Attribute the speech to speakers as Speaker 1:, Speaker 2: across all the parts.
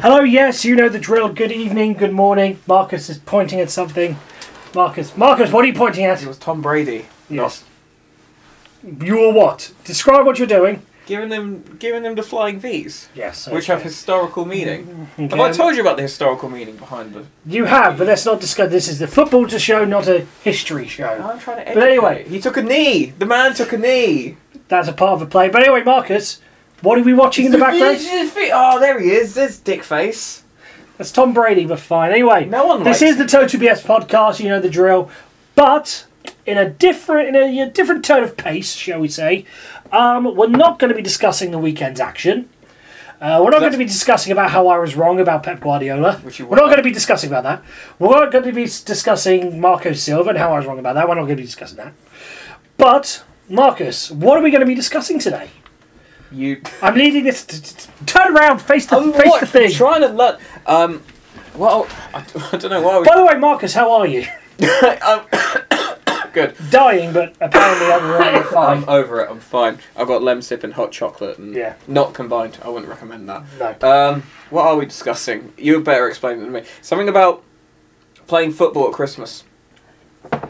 Speaker 1: Hello, yes, you know the drill. Good evening, good morning. Marcus is pointing at something. Marcus, Marcus, what are you pointing at?
Speaker 2: It was Tom Brady.
Speaker 1: Yes. You are what? Describe what you're doing.
Speaker 2: Giving them, giving them the flying V's,
Speaker 1: Yes.
Speaker 2: which have historical meaning.
Speaker 1: Okay.
Speaker 2: Have I told you about the historical meaning behind them?
Speaker 1: You have, but let's not discuss. This is the football to show, not a history show.
Speaker 2: I'm trying to.
Speaker 1: But anyway-
Speaker 2: educate. he took a knee. The man took a knee.
Speaker 1: That's a part of the play. But anyway, Marcus, what are we watching in the background?
Speaker 2: Oh, there he is. There's Dick Face.
Speaker 1: That's Tom Brady, but fine. Anyway,
Speaker 2: No one
Speaker 1: this
Speaker 2: likes
Speaker 1: is the Total BS podcast. You know the drill. But in a different, in a, a different tone of pace, shall we say, um, we're not going to be discussing the weekend's action. Uh, we're not going to be discussing about how I was wrong about Pep Guardiola.
Speaker 2: Which you
Speaker 1: we're not
Speaker 2: were.
Speaker 1: going to be discussing about that. We're not going to be s- discussing Marco Silva and how I was wrong about that. We're not going to be discussing that. But Marcus, what are we going to be discussing today?
Speaker 2: You.
Speaker 1: I'm leading this. T- t- t- turn around, face the face
Speaker 2: Oh, what?
Speaker 1: the thing.
Speaker 2: Trying to learn. Um. Well, I, I don't know why.
Speaker 1: By the way, Marcus, how are you?
Speaker 2: We, um, good.
Speaker 1: dying, but apparently other than that, fine.
Speaker 2: I'm over it. I'm fine. I've got lemon sip and hot chocolate, and
Speaker 1: Yeah.
Speaker 2: not combined. I wouldn't recommend that.
Speaker 1: No.
Speaker 2: Um, what are we discussing? You better explain it to me. Something about playing football at Christmas.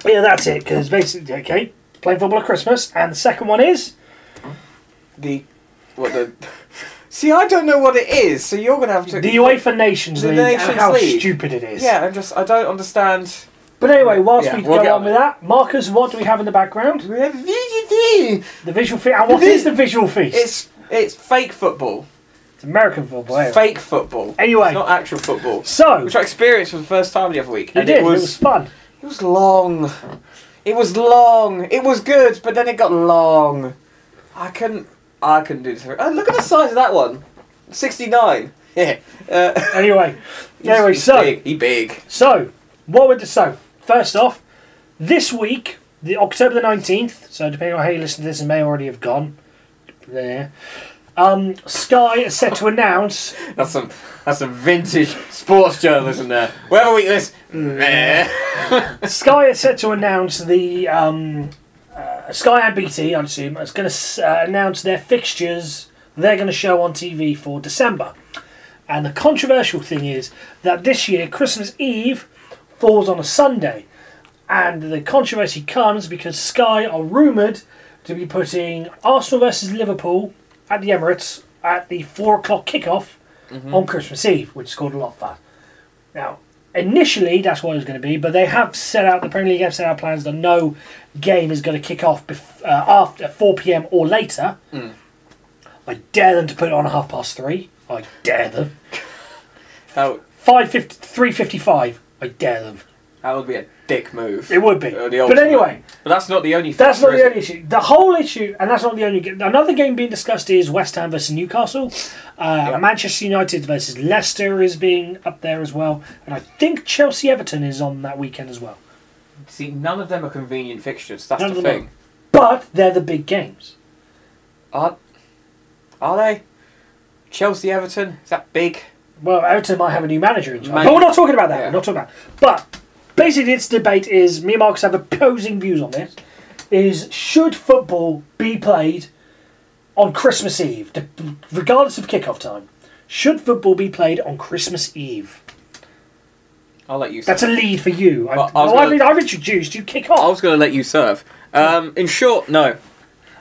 Speaker 1: Yeah, that's it. Because basically, okay, playing football at Christmas, and the second one is
Speaker 2: The what the? See, I don't know what it is. So you're gonna have to.
Speaker 1: the UEFA Nations
Speaker 2: The
Speaker 1: League
Speaker 2: Nations
Speaker 1: and how
Speaker 2: League.
Speaker 1: stupid it is.
Speaker 2: Yeah, I'm just. I don't understand.
Speaker 1: But anyway, whilst
Speaker 2: Yeah,
Speaker 1: we
Speaker 2: we'll get
Speaker 1: go
Speaker 2: on
Speaker 1: on with that, Marcus, what do we have in the background?
Speaker 2: It's
Speaker 1: The visual feast. And what
Speaker 2: The vi-
Speaker 1: is the visual feast?
Speaker 2: it's fake football.
Speaker 1: It's American football. Anyway.
Speaker 2: Fake football.
Speaker 1: Anyway.
Speaker 2: It's not actual football.
Speaker 1: So
Speaker 2: Which I experienced for the first time the other week,
Speaker 1: you
Speaker 2: and
Speaker 1: did.
Speaker 2: it was
Speaker 1: fun.
Speaker 2: it was long. It was long. It was good, but then it got long. I couldn't. I couldn't do this. Oh, look at the size of that one. Sixty-nine. Yeah. Uh,
Speaker 1: Anyway,
Speaker 2: he's-
Speaker 1: anyway,
Speaker 2: he's
Speaker 1: so
Speaker 2: big. he big.
Speaker 1: So, what would the so first off, this week, the October the nineteenth. So depending on how you listen to this, it may already have gone. There, um, Sky is set to announce.
Speaker 2: That's some that's some vintage sports journalism there. Whatever we this, meh.
Speaker 1: Sky is set to announce the um, uh, Sky and BT. I assume is going to uh, announce their fixtures. They're going to show on TV for December. And the controversial thing is that this year Christmas Eve falls on a Sunday. And the controversy comes because Sky are rumoured to be putting Arsenal versus Liverpool at the Emirates at the four o'clock kickoff on Christmas Eve, which is called a lot of fun. Now, initially that's what it was going to be, but they have set out the Premier League have set out plans that no game is going to kick off bef- uh, after four pm or later. I dare them to put it on at half past three. I dare them.
Speaker 2: That,
Speaker 1: Five fifty three fifty five. I dare them.
Speaker 2: that would be a dick move.
Speaker 1: It would be.
Speaker 2: Uh, the
Speaker 1: but
Speaker 2: ultimate.
Speaker 1: anyway,
Speaker 2: but that's not the only.
Speaker 1: that's not
Speaker 2: feature,
Speaker 1: the
Speaker 2: is
Speaker 1: only issue. The whole issue, and that's not the only. Game. Another game being discussed is West Ham versus Newcastle. Uh,
Speaker 2: Yeah.
Speaker 1: Manchester United versus Leicester is being up there as well, and I think Chelsea Everton is on that weekend as well.
Speaker 2: it? See, none of them are convenient fixtures. That's
Speaker 1: None
Speaker 2: the
Speaker 1: of them
Speaker 2: thing.
Speaker 1: But they're the big games.
Speaker 2: Are, are they? Chelsea, Everton. Is that big?
Speaker 1: Well, Everton might have a new manager in charge.
Speaker 2: Man-
Speaker 1: But we're not talking about that.
Speaker 2: Yeah.
Speaker 1: We're not talking about. But basically, this debate is me and Marcus have opposing views on this. Is should football be played on Christmas Eve, de- regardless of kickoff time? Should football be played on Christmas Eve?
Speaker 2: I'll let you.
Speaker 1: That's a
Speaker 2: serve.
Speaker 1: lead for you. I,
Speaker 2: Well, I was
Speaker 1: well, I've,
Speaker 2: gonna-
Speaker 1: been- I've introduced you. Kick off.
Speaker 2: I was going to let you serve. Um, in short, no.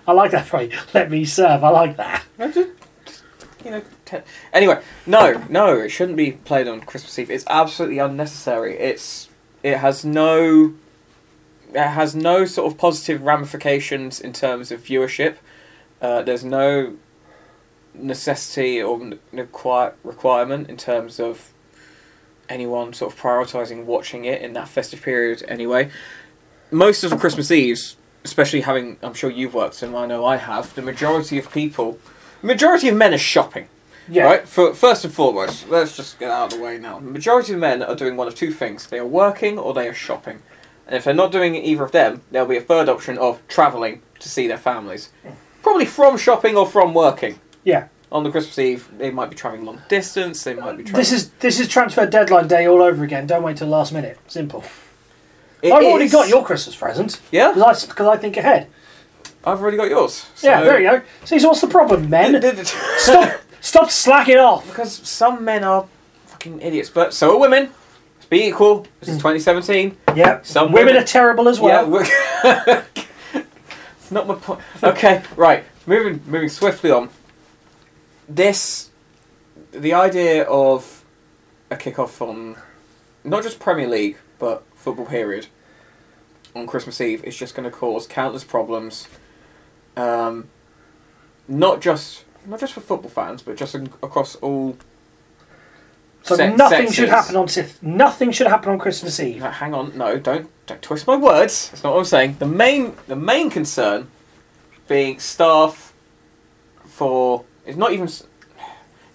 Speaker 1: I like that phrase. Let me serve. I like that.
Speaker 2: You know, te- anyway, no, no, it shouldn't be played on Christmas Eve. It's absolutely unnecessary. It's it has no it has no sort of positive ramifications in terms of viewership. Uh, there's no necessity or n- require- requirement in terms of anyone sort of prioritizing watching it in that festive period. Anyway, most of the Christmas Eves, especially having, I'm sure you've worked, and I know I have, the majority of people, majority of men are shopping.
Speaker 1: Yeah.
Speaker 2: Right? For, first and foremost, let's just get out of the way now. The majority of men are doing one of two things they are working or they are shopping. And if they're not doing either of them, there'll be a third option of travelling to see their families. Probably from shopping or from working.
Speaker 1: Yeah.
Speaker 2: On the Christmas Eve, they might be travelling long distance, they might be travelling.
Speaker 1: This is this is transfer deadline day all over again. Don't wait till last minute. Simple.
Speaker 2: It
Speaker 1: I've already
Speaker 2: is-
Speaker 1: got your Christmas present.
Speaker 2: Yeah?
Speaker 1: Because I, 'cause I think ahead.
Speaker 2: I've already got yours.
Speaker 1: yeah,
Speaker 2: So-
Speaker 1: there you go. See, so what's the problem, men?
Speaker 2: Did- did-
Speaker 1: stop, stop slacking off.
Speaker 2: Because some men are fucking idiots. But so are women. Let's be equal. This is
Speaker 1: Mm.
Speaker 2: 2017.
Speaker 1: Yeah.
Speaker 2: Some
Speaker 1: women,
Speaker 2: women-
Speaker 1: are terrible as well.
Speaker 2: Yeah, we're- it's not my point. Okay, right. Moving, moving swiftly on. This, the idea of a kickoff on not just Premier League but football period on Christmas Eve is just going to cause countless problems. Um, not just not just for football fans, but just ac- across all.
Speaker 1: so
Speaker 2: se-
Speaker 1: nothing should
Speaker 2: sexes.
Speaker 1: happen on Sith. Nothing should happen on Christmas Eve.
Speaker 2: No, hang on, no, don't don't twist my words. That's not what I'm saying. The main the main concern being staff for it's not even s-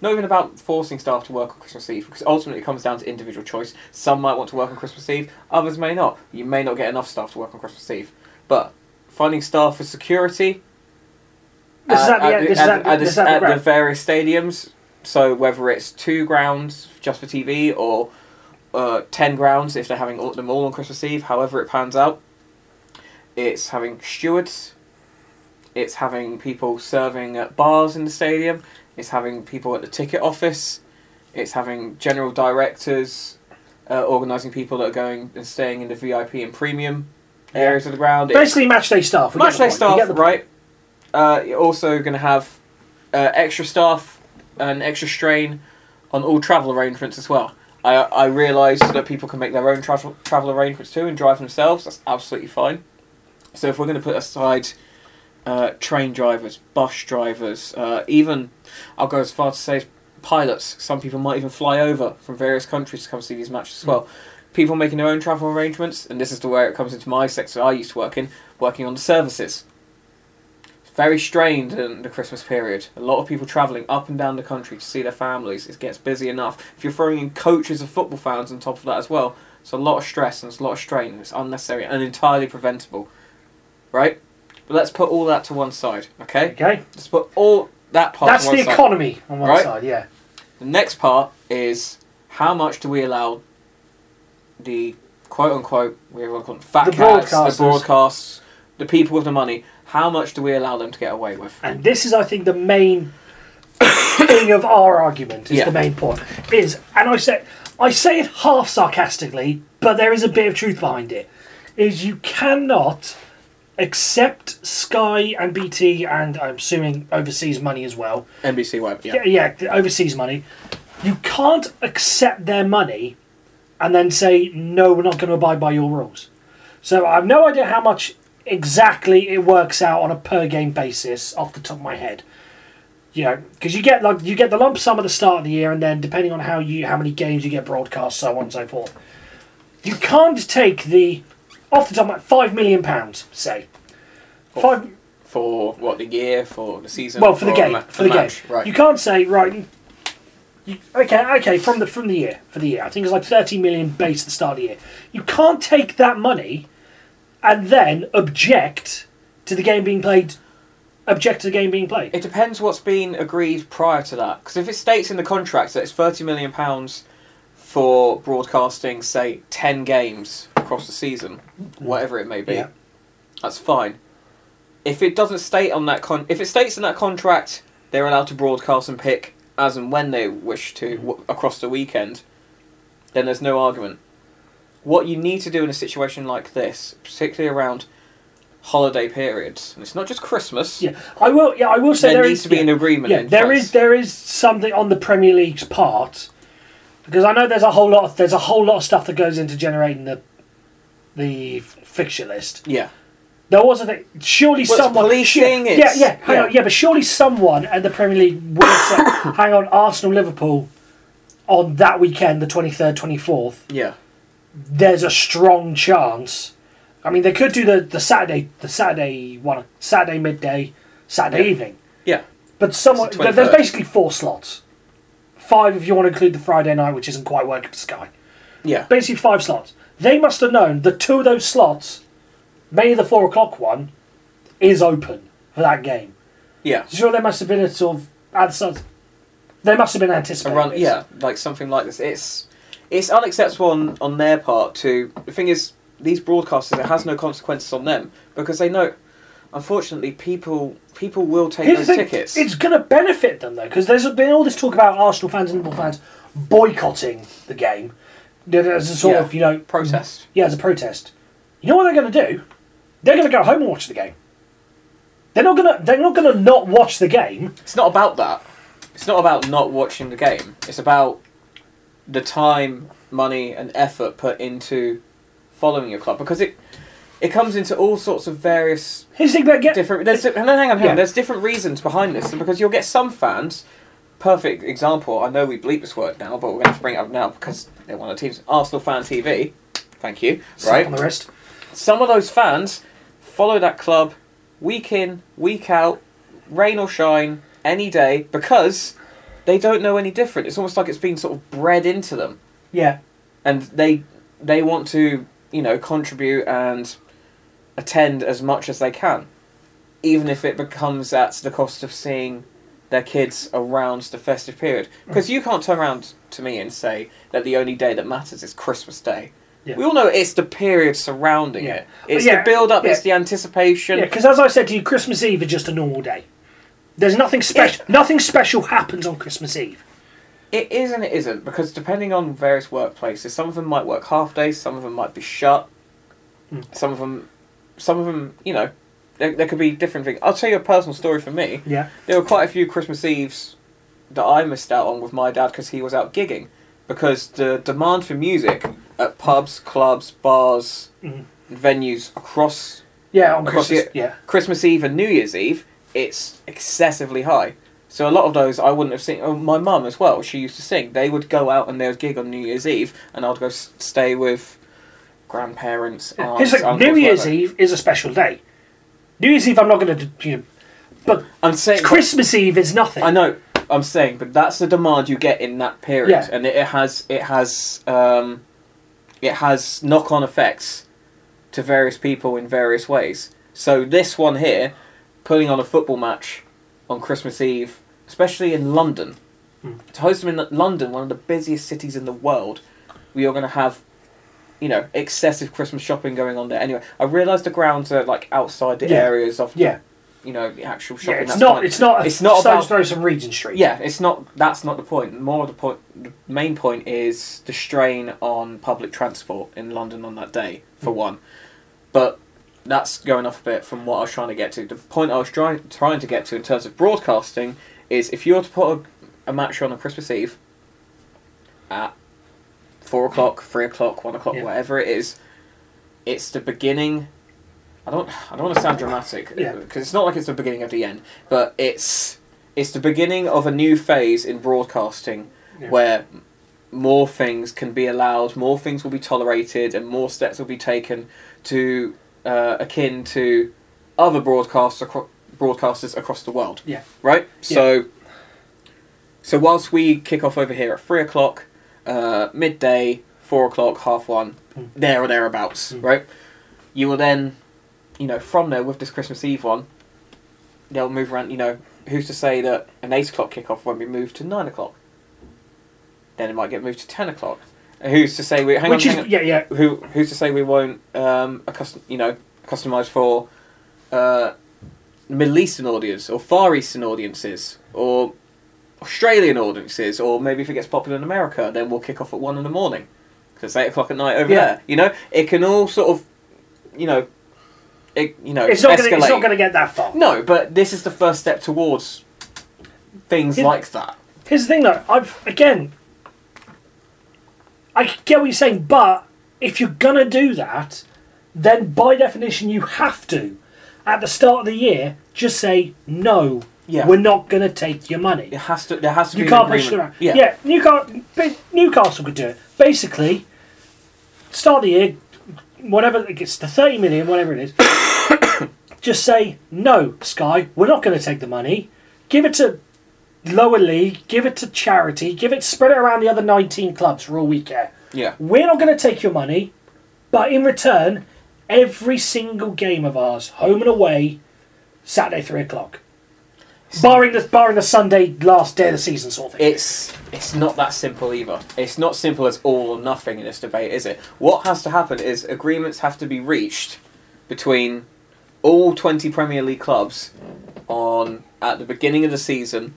Speaker 2: not even about forcing staff to work on Christmas Eve because ultimately it comes down to individual choice. Some might want to work on Christmas Eve, others may not. You may not get enough staff to work on Christmas Eve, but finding staff for security
Speaker 1: This is
Speaker 2: uh,
Speaker 1: at the end- this is at the-
Speaker 2: at the-
Speaker 1: this is at the
Speaker 2: at the
Speaker 1: ground.
Speaker 2: various stadiums. So whether it's two grounds just for TV or uh, ten grounds if they're having all, them all on Christmas Eve, however it pans out, it's having stewards, it's having people serving at bars in the stadium, it's having people at the ticket office, it's having general directors uh, organising people that are going and staying in the VIP and premium areas of the ground. It's-
Speaker 1: Basically, match day staff. we get
Speaker 2: much
Speaker 1: the
Speaker 2: like
Speaker 1: point, we
Speaker 2: staff,
Speaker 1: get the point.
Speaker 2: right? Uh, you're also going to have uh, extra staff and extra strain on all travel arrangements as well. I, I realise that people can make their own travel travel arrangements too and drive themselves. That's absolutely fine. So if we're going to put aside uh, train drivers, bus drivers, uh, even I'll go as far to say pilots. Some people might even fly over from various countries to come see these matches as well. People making their own travel arrangements, and this is the way it comes into my sector I used to work in, working on the services. It's Very strained in the Christmas period. A lot of people travelling up and down the country to see their families. It gets busy enough. If you're throwing in coaches of football fans on top of that as well, it's a lot of stress and it's a lot of strain. It's unnecessary and entirely preventable, right? But let's put all that to one side, okay?
Speaker 1: Okay.
Speaker 2: Let's put all that part.
Speaker 1: That's
Speaker 2: to one
Speaker 1: the
Speaker 2: side.
Speaker 1: economy on one
Speaker 2: Right.
Speaker 1: side. Yeah.
Speaker 2: The next part is how much do we allow the quote unquote we want to call them fat
Speaker 1: The
Speaker 2: cats,
Speaker 1: broadcasters.
Speaker 2: the broadcasts, the people with the money. How much do we allow them to get away with?
Speaker 1: And this is, I think, the main thing of our argument. Is
Speaker 2: Yeah.
Speaker 1: the main point is, and I say, I say it half sarcastically, but there is a bit of truth behind it. Is you cannot accept Sky and BT, and I'm assuming overseas money as well.
Speaker 2: NBC web, yeah.
Speaker 1: Yeah, yeah, the overseas money. You can't accept their money and then say, no, we're not going to abide by your rules. So I have no idea how much exactly it works out on a per game basis off the top of my head. You know, because you get like you get the lump sum at the start of the year, and then depending on how you how many games you get broadcast, so on and so forth. You can't take the off the top of my, five million pounds, say five
Speaker 2: For what the year, for the season.
Speaker 1: well for the game
Speaker 2: ma-
Speaker 1: for the game
Speaker 2: match, Right.
Speaker 1: you can't say right you, okay okay from the from the year for the year i think it's like 30 million base at the start of the year you can't take that money and then object to the game being played object to the game being played
Speaker 2: It depends what's been agreed prior to that. Because if it states in the contract that it's thirty million pounds for broadcasting, say ten games across the season, whatever it may be,
Speaker 1: Yeah.
Speaker 2: that's fine. If it doesn't state on that con, if it states in that contract they're allowed to broadcast and pick as and when they wish to
Speaker 1: Mm-hmm.
Speaker 2: w- across the weekend, then there's no argument. What you need to do in a situation like this, particularly around holiday periods, and it's not just Christmas.
Speaker 1: yeah i will yeah i will say
Speaker 2: there,
Speaker 1: there
Speaker 2: needs
Speaker 1: is-
Speaker 2: to be an
Speaker 1: yeah.
Speaker 2: agreement.
Speaker 1: yeah,
Speaker 2: in
Speaker 1: there
Speaker 2: place.
Speaker 1: is there is something on the Premier League's part because I know there's a whole lot of, there's a whole lot of stuff that goes into generating the the f- fixture list.
Speaker 2: Yeah.
Speaker 1: There was a thing. Surely
Speaker 2: Well, it's
Speaker 1: someone.
Speaker 2: policing,
Speaker 1: yeah,
Speaker 2: it's-
Speaker 1: yeah, yeah, hang
Speaker 2: yeah.
Speaker 1: on, yeah, but surely someone at the Premier League will say, "Hang on, Arsenal, Liverpool, on that weekend, the twenty third, twenty fourth.
Speaker 2: Yeah.
Speaker 1: There's a strong chance. I mean, they could do the, the Saturday, the Saturday one, Saturday midday, Saturday
Speaker 2: Yeah.
Speaker 1: evening.
Speaker 2: Yeah.
Speaker 1: But someone,
Speaker 2: It's the
Speaker 1: there- there's
Speaker 2: 23rd.
Speaker 1: basically four slots. Five if you want to include the Friday night, which isn't quite working for Sky
Speaker 2: Yeah.
Speaker 1: basically five slots. They must have known the two of those slots, mainly the four o'clock one, is open for that game.
Speaker 2: Yeah.
Speaker 1: Sure, there must have been a sort of ad sort- They must have been
Speaker 2: A
Speaker 1: anticipating.
Speaker 2: run
Speaker 1: this.
Speaker 2: yeah, like something like this. It's it's unacceptable on, on their part to the thing is these broadcasters it has no consequences on them because they know unfortunately people people will take
Speaker 1: Here's the
Speaker 2: those
Speaker 1: thing,
Speaker 2: tickets.
Speaker 1: It's going to benefit them though, because there's been all this talk about Arsenal fans and Liverpool fans boycotting the game as a sort
Speaker 2: Yeah.
Speaker 1: of you know
Speaker 2: Protest.
Speaker 1: yeah as a protest. You know what they're going to do? They're going to go home and watch the game. They're not going to. They're not going to not watch the game.
Speaker 2: It's not about that. It's not about not watching the game. It's about the time, money, and effort put into following your club because it it comes into all sorts of various
Speaker 1: Here's the thing about get.
Speaker 2: different. There's, no, hang on, hang on.
Speaker 1: Yeah.
Speaker 2: There's different reasons behind this because you'll get some fans. Perfect example. I know we bleep this word now, but we're going to bring it up now because they're one of the teams. Arsenal fan TV. Thank you.
Speaker 1: Slap
Speaker 2: Right.
Speaker 1: on the wrist.
Speaker 2: some of those fans follow that club week in, week out, rain or shine, any day, because they don't know any different. It's almost like it's been sort of bred into them,
Speaker 1: Yeah.
Speaker 2: and they they want to you know contribute and attend as much as they can, even if it becomes at the cost of seeing their kids around the festive period.
Speaker 1: Mm.
Speaker 2: Because you can't turn around to me and say that the only day that matters is Christmas Day.
Speaker 1: Yeah.
Speaker 2: We all know it's the period surrounding
Speaker 1: Yeah.
Speaker 2: it. It's
Speaker 1: Yeah,
Speaker 2: the build up,
Speaker 1: yeah.
Speaker 2: it's the anticipation.
Speaker 1: Yeah, because as I said to you, Christmas Eve is just a normal day. There's nothing special. Nothing special happens on Christmas Eve.
Speaker 2: It is and it isn't, because depending on various workplaces, some of them might work half days, some of them might be shut, some of them, some of them, you know, there, there could be different things. I'll tell you a personal story for me.
Speaker 1: Yeah.
Speaker 2: There were quite a few Christmas Eves that I missed out on with my dad because he was out gigging, because the demand for music at pubs, clubs, bars,
Speaker 1: Mhm.
Speaker 2: venues across
Speaker 1: Yeah, on
Speaker 2: Across
Speaker 1: Christmas.
Speaker 2: the-
Speaker 1: Yeah.
Speaker 2: Christmas Eve and New Year's Eve, it's excessively high. So a lot of those I wouldn't have seen. Oh, my mum as well. She used to sing. They would go out and they would gig on New Year's Eve, and I'd go s- stay with grandparents.
Speaker 1: Yeah.
Speaker 2: Aunts,
Speaker 1: Here's like
Speaker 2: uncles,
Speaker 1: New Year's
Speaker 2: whatever.
Speaker 1: Eve is a special day. New Year's Eve, I'm not going to. You know, but
Speaker 2: I'm saying.
Speaker 1: Christmas Eve is nothing.
Speaker 2: I know. I'm saying, but that's the demand you get in that period,
Speaker 1: Yeah.
Speaker 2: and it, it has it has um, it has knock on effects to various people in various ways. So this one here, putting on a football match on Christmas Eve, especially in London,
Speaker 1: Hmm.
Speaker 2: to host them in Lo- London, one of the busiest cities in the world, we are going to have. You know, excessive Christmas shopping going on there. Anyway, I realise the grounds are like outside the
Speaker 1: Yeah.
Speaker 2: areas of, the,
Speaker 1: Yeah.
Speaker 2: you know, the actual
Speaker 1: Yeah,
Speaker 2: shopping.
Speaker 1: it's
Speaker 2: that's
Speaker 1: not,
Speaker 2: fine.
Speaker 1: it's not.
Speaker 2: It's not
Speaker 1: stones
Speaker 2: about
Speaker 1: throw some Regent Street.
Speaker 2: yeah, it's not. That's not the point. More of the point. The main point is the strain on public transport in London on that day, for one. But that's going off a bit from what I was trying to get to. The point I was trying trying to get to in terms of broadcasting is if you were to put a, a match on on Christmas Eve at four o'clock, three o'clock, one o'clock,
Speaker 1: Yeah.
Speaker 2: whatever it is, it's the beginning. I don't. I don't want to sound dramatic
Speaker 1: Yeah.
Speaker 2: because it's not like it's the beginning of the end, but it's it's the beginning of a new phase in broadcasting
Speaker 1: Yeah.
Speaker 2: where more things can be allowed, more things will be tolerated, and more steps will be taken to uh, akin to other broadcasts acro- broadcasters across the world.
Speaker 1: Yeah.
Speaker 2: Right. So. So whilst we kick off over here at three o'clock, uh, midday, four o'clock, half one,
Speaker 1: Hmm.
Speaker 2: there or thereabouts, right? You will then, you know, from there with this Christmas Eve one, they'll move around. You know, who's to say that an eight o'clock kickoff won't be moved to nine o'clock? Then it might get moved to ten o'clock. And who's to say we? Hang
Speaker 1: Which
Speaker 2: on,
Speaker 1: is
Speaker 2: hang on.
Speaker 1: yeah, yeah,
Speaker 2: Who who's to say we won't um, accustom, you know customize for uh, Middle Eastern audience or Far Eastern audiences or Australian audiences or maybe if it gets popular in America, then we'll kick off at one in the morning because it's eight o'clock at night over
Speaker 1: Yeah.
Speaker 2: there. You know, it can all sort of you know it you know
Speaker 1: it's not gonna, it's
Speaker 2: escalate.
Speaker 1: not going to get that far.
Speaker 2: No, but this is the first step towards things
Speaker 1: Yeah.
Speaker 2: like that.
Speaker 1: Here's the thing, though. I've again, I get what you're saying, but if you're gonna do that, then by definition you have to, at the start of the year, just say no.
Speaker 2: Yeah.
Speaker 1: we're not gonna take your money.
Speaker 2: It has to. There has to
Speaker 1: You
Speaker 2: be.
Speaker 1: can't
Speaker 2: an
Speaker 1: push it around.
Speaker 2: agreement.
Speaker 1: Yeah, Newcastle, Newcastle could do it. Basically, start of the year, whatever it gets, the 30 million, whatever it is, just say, no, Sky, we're not going to take the money. Give it to lower league, give it to charity, give it, spread it around the other 19 clubs for all we care.
Speaker 2: yeah.
Speaker 1: We're not going to take your money, but in return, every single game of ours, home and away, Saturday three o'clock, barring the barring the Sunday last day of the season sort of thing.
Speaker 2: it's it's not that simple either. It's not simple as all or nothing in this debate, is it? What has to happen is agreements have to be reached between all twenty Premier League clubs on at the beginning of the season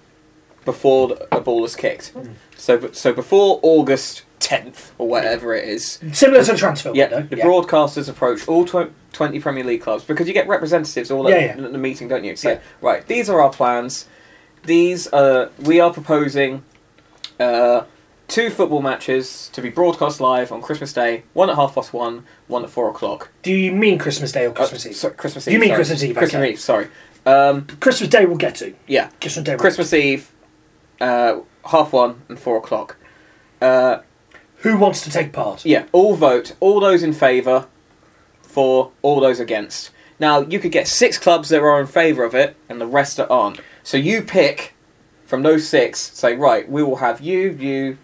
Speaker 2: before the- a ball is kicked. So so before August tenth or whatever it is.
Speaker 1: Similar to the transfer
Speaker 2: Yeah,
Speaker 1: window.
Speaker 2: the broadcasters approach all tw- 20 Premier League clubs because you get representatives all
Speaker 1: Yeah,
Speaker 2: at
Speaker 1: yeah.
Speaker 2: the- the meeting, don't you? So,
Speaker 1: Yeah.
Speaker 2: right, these are our plans. These are, we are proposing uh, two football matches to be broadcast live on Christmas Day, one at half past one, one at four o'clock.
Speaker 1: Do you mean Christmas Day or
Speaker 2: Uh,
Speaker 1: Christmas Eve?
Speaker 2: so- Christmas Eve.
Speaker 1: You mean
Speaker 2: sorry.
Speaker 1: Christmas Eve,
Speaker 2: Christmas
Speaker 1: okay.
Speaker 2: Eve, sorry. Um,
Speaker 1: Christmas Day we'll get to.
Speaker 2: yeah,
Speaker 1: Christmas Day. we'll
Speaker 2: Christmas Eve, uh, half one and four o'clock. Uh,
Speaker 1: get to. Who wants to take part?
Speaker 2: Yeah, all vote. All those in favour, for all those against. Now you could get six clubs that are in favour of it, and the rest that aren't. So you pick from those six. Say right, we will have you, you,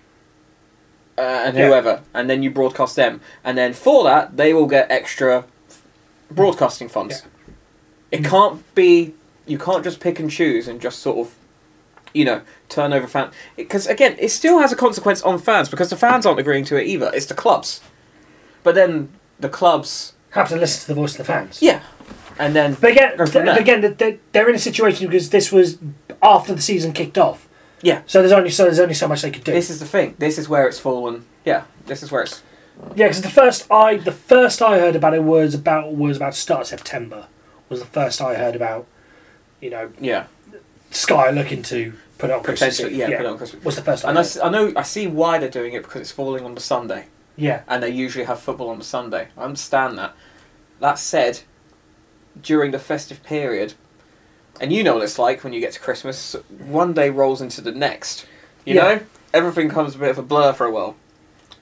Speaker 2: uh, and
Speaker 1: Yeah.
Speaker 2: whoever, and then you broadcast them, and then for that they will get extra broadcasting funds. It can't be. You can't just pick and choose and just sort of, you know, turn over fan. Because again, it still has a consequence on fans because the fans aren't agreeing to it either. It's the clubs. But then the clubs,
Speaker 1: Have to listen to the voice of the fans.
Speaker 2: yeah, and then
Speaker 1: But again,
Speaker 2: Go from
Speaker 1: th-
Speaker 2: there.
Speaker 1: again, th- th- they're in a situation because this was after the season kicked off.
Speaker 2: yeah.
Speaker 1: So there's only so there's only so much they could do.
Speaker 2: This is the thing. This is where it's fallen. Yeah, this is where it's
Speaker 1: Yeah, because the first I the first I heard about it was about was about start of September was the first I heard about. You know,
Speaker 2: yeah.
Speaker 1: Sky looking to put it on Christmas
Speaker 2: Potentially,
Speaker 1: Eve.
Speaker 2: yeah, put it on Christmas.
Speaker 1: Was the first I
Speaker 2: And I,
Speaker 1: heard.
Speaker 2: s- I know I see why they're doing it because it's falling on the Sunday,
Speaker 1: yeah,
Speaker 2: and they usually have football on the Sunday. I understand that. That said, during the festive period, and you know what it's like when you get to Christmas. One day rolls into the next. You
Speaker 1: Yeah.
Speaker 2: know, everything comes a bit of a blur for a while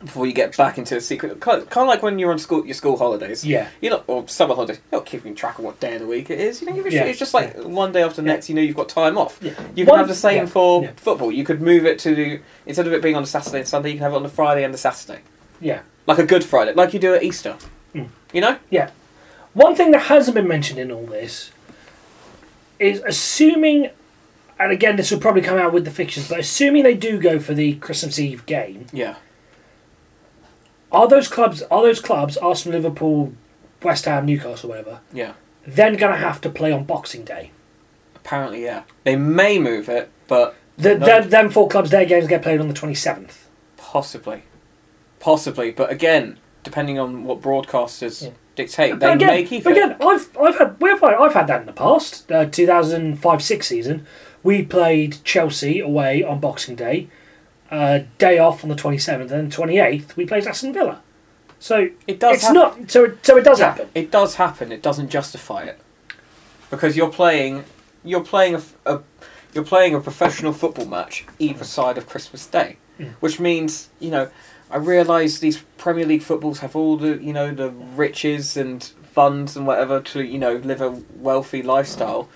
Speaker 2: before you get back into the secret. Kind of kind of like when you're on school your school holidays.
Speaker 1: yeah,
Speaker 2: You're not, or summer holidays, you're not keeping track of what day of the week it is. You don't give a
Speaker 1: Yeah.
Speaker 2: shit. It's just like one day after the next, you know you've got time off.
Speaker 1: yeah.
Speaker 2: You can
Speaker 1: One-
Speaker 2: have the same
Speaker 1: yeah,
Speaker 2: for
Speaker 1: yeah.
Speaker 2: football. You could move it to, instead of it being on a Saturday and Sunday, you can have it on a Friday and a Saturday.
Speaker 1: Yeah,
Speaker 2: Like a Good Friday, like you do at Easter.
Speaker 1: Mm.
Speaker 2: You know?
Speaker 1: yeah. One thing that hasn't been mentioned in all this is assuming, and again, this will probably come out with the fixtures, but assuming they do go for the Christmas Eve game,
Speaker 2: Yeah.
Speaker 1: are those clubs are those clubs Arsenal, Liverpool, West Ham, Newcastle, whatever,
Speaker 2: Yeah.
Speaker 1: then gonna have to play on Boxing Day?
Speaker 2: Apparently, yeah. They may move it, but
Speaker 1: The,
Speaker 2: No.
Speaker 1: them, them four clubs, their games get played on the twenty seventh.
Speaker 2: possibly. Possibly. But again, depending on what broadcasters
Speaker 1: Yeah.
Speaker 2: dictate,
Speaker 1: But
Speaker 2: they
Speaker 1: again,
Speaker 2: may keep
Speaker 1: but
Speaker 2: it.
Speaker 1: again, I've I've had we've had, I've had that in the past. Uh, 2005 6 season, we played Chelsea away on Boxing Day, uh, day off on the 27th, and 28th we played Aston Villa. So
Speaker 2: it does
Speaker 1: it's
Speaker 2: happen.
Speaker 1: not so it, so it does
Speaker 2: Yeah,
Speaker 1: happen.
Speaker 2: It does happen. It doesn't justify it because you're playing, you're playing a, f- a- you're playing a professional football match either side of Christmas Day,
Speaker 1: Mm.
Speaker 2: which means you know. I realise these Premier League footballs have all the you know the riches and funds and whatever to you know live a wealthy lifestyle,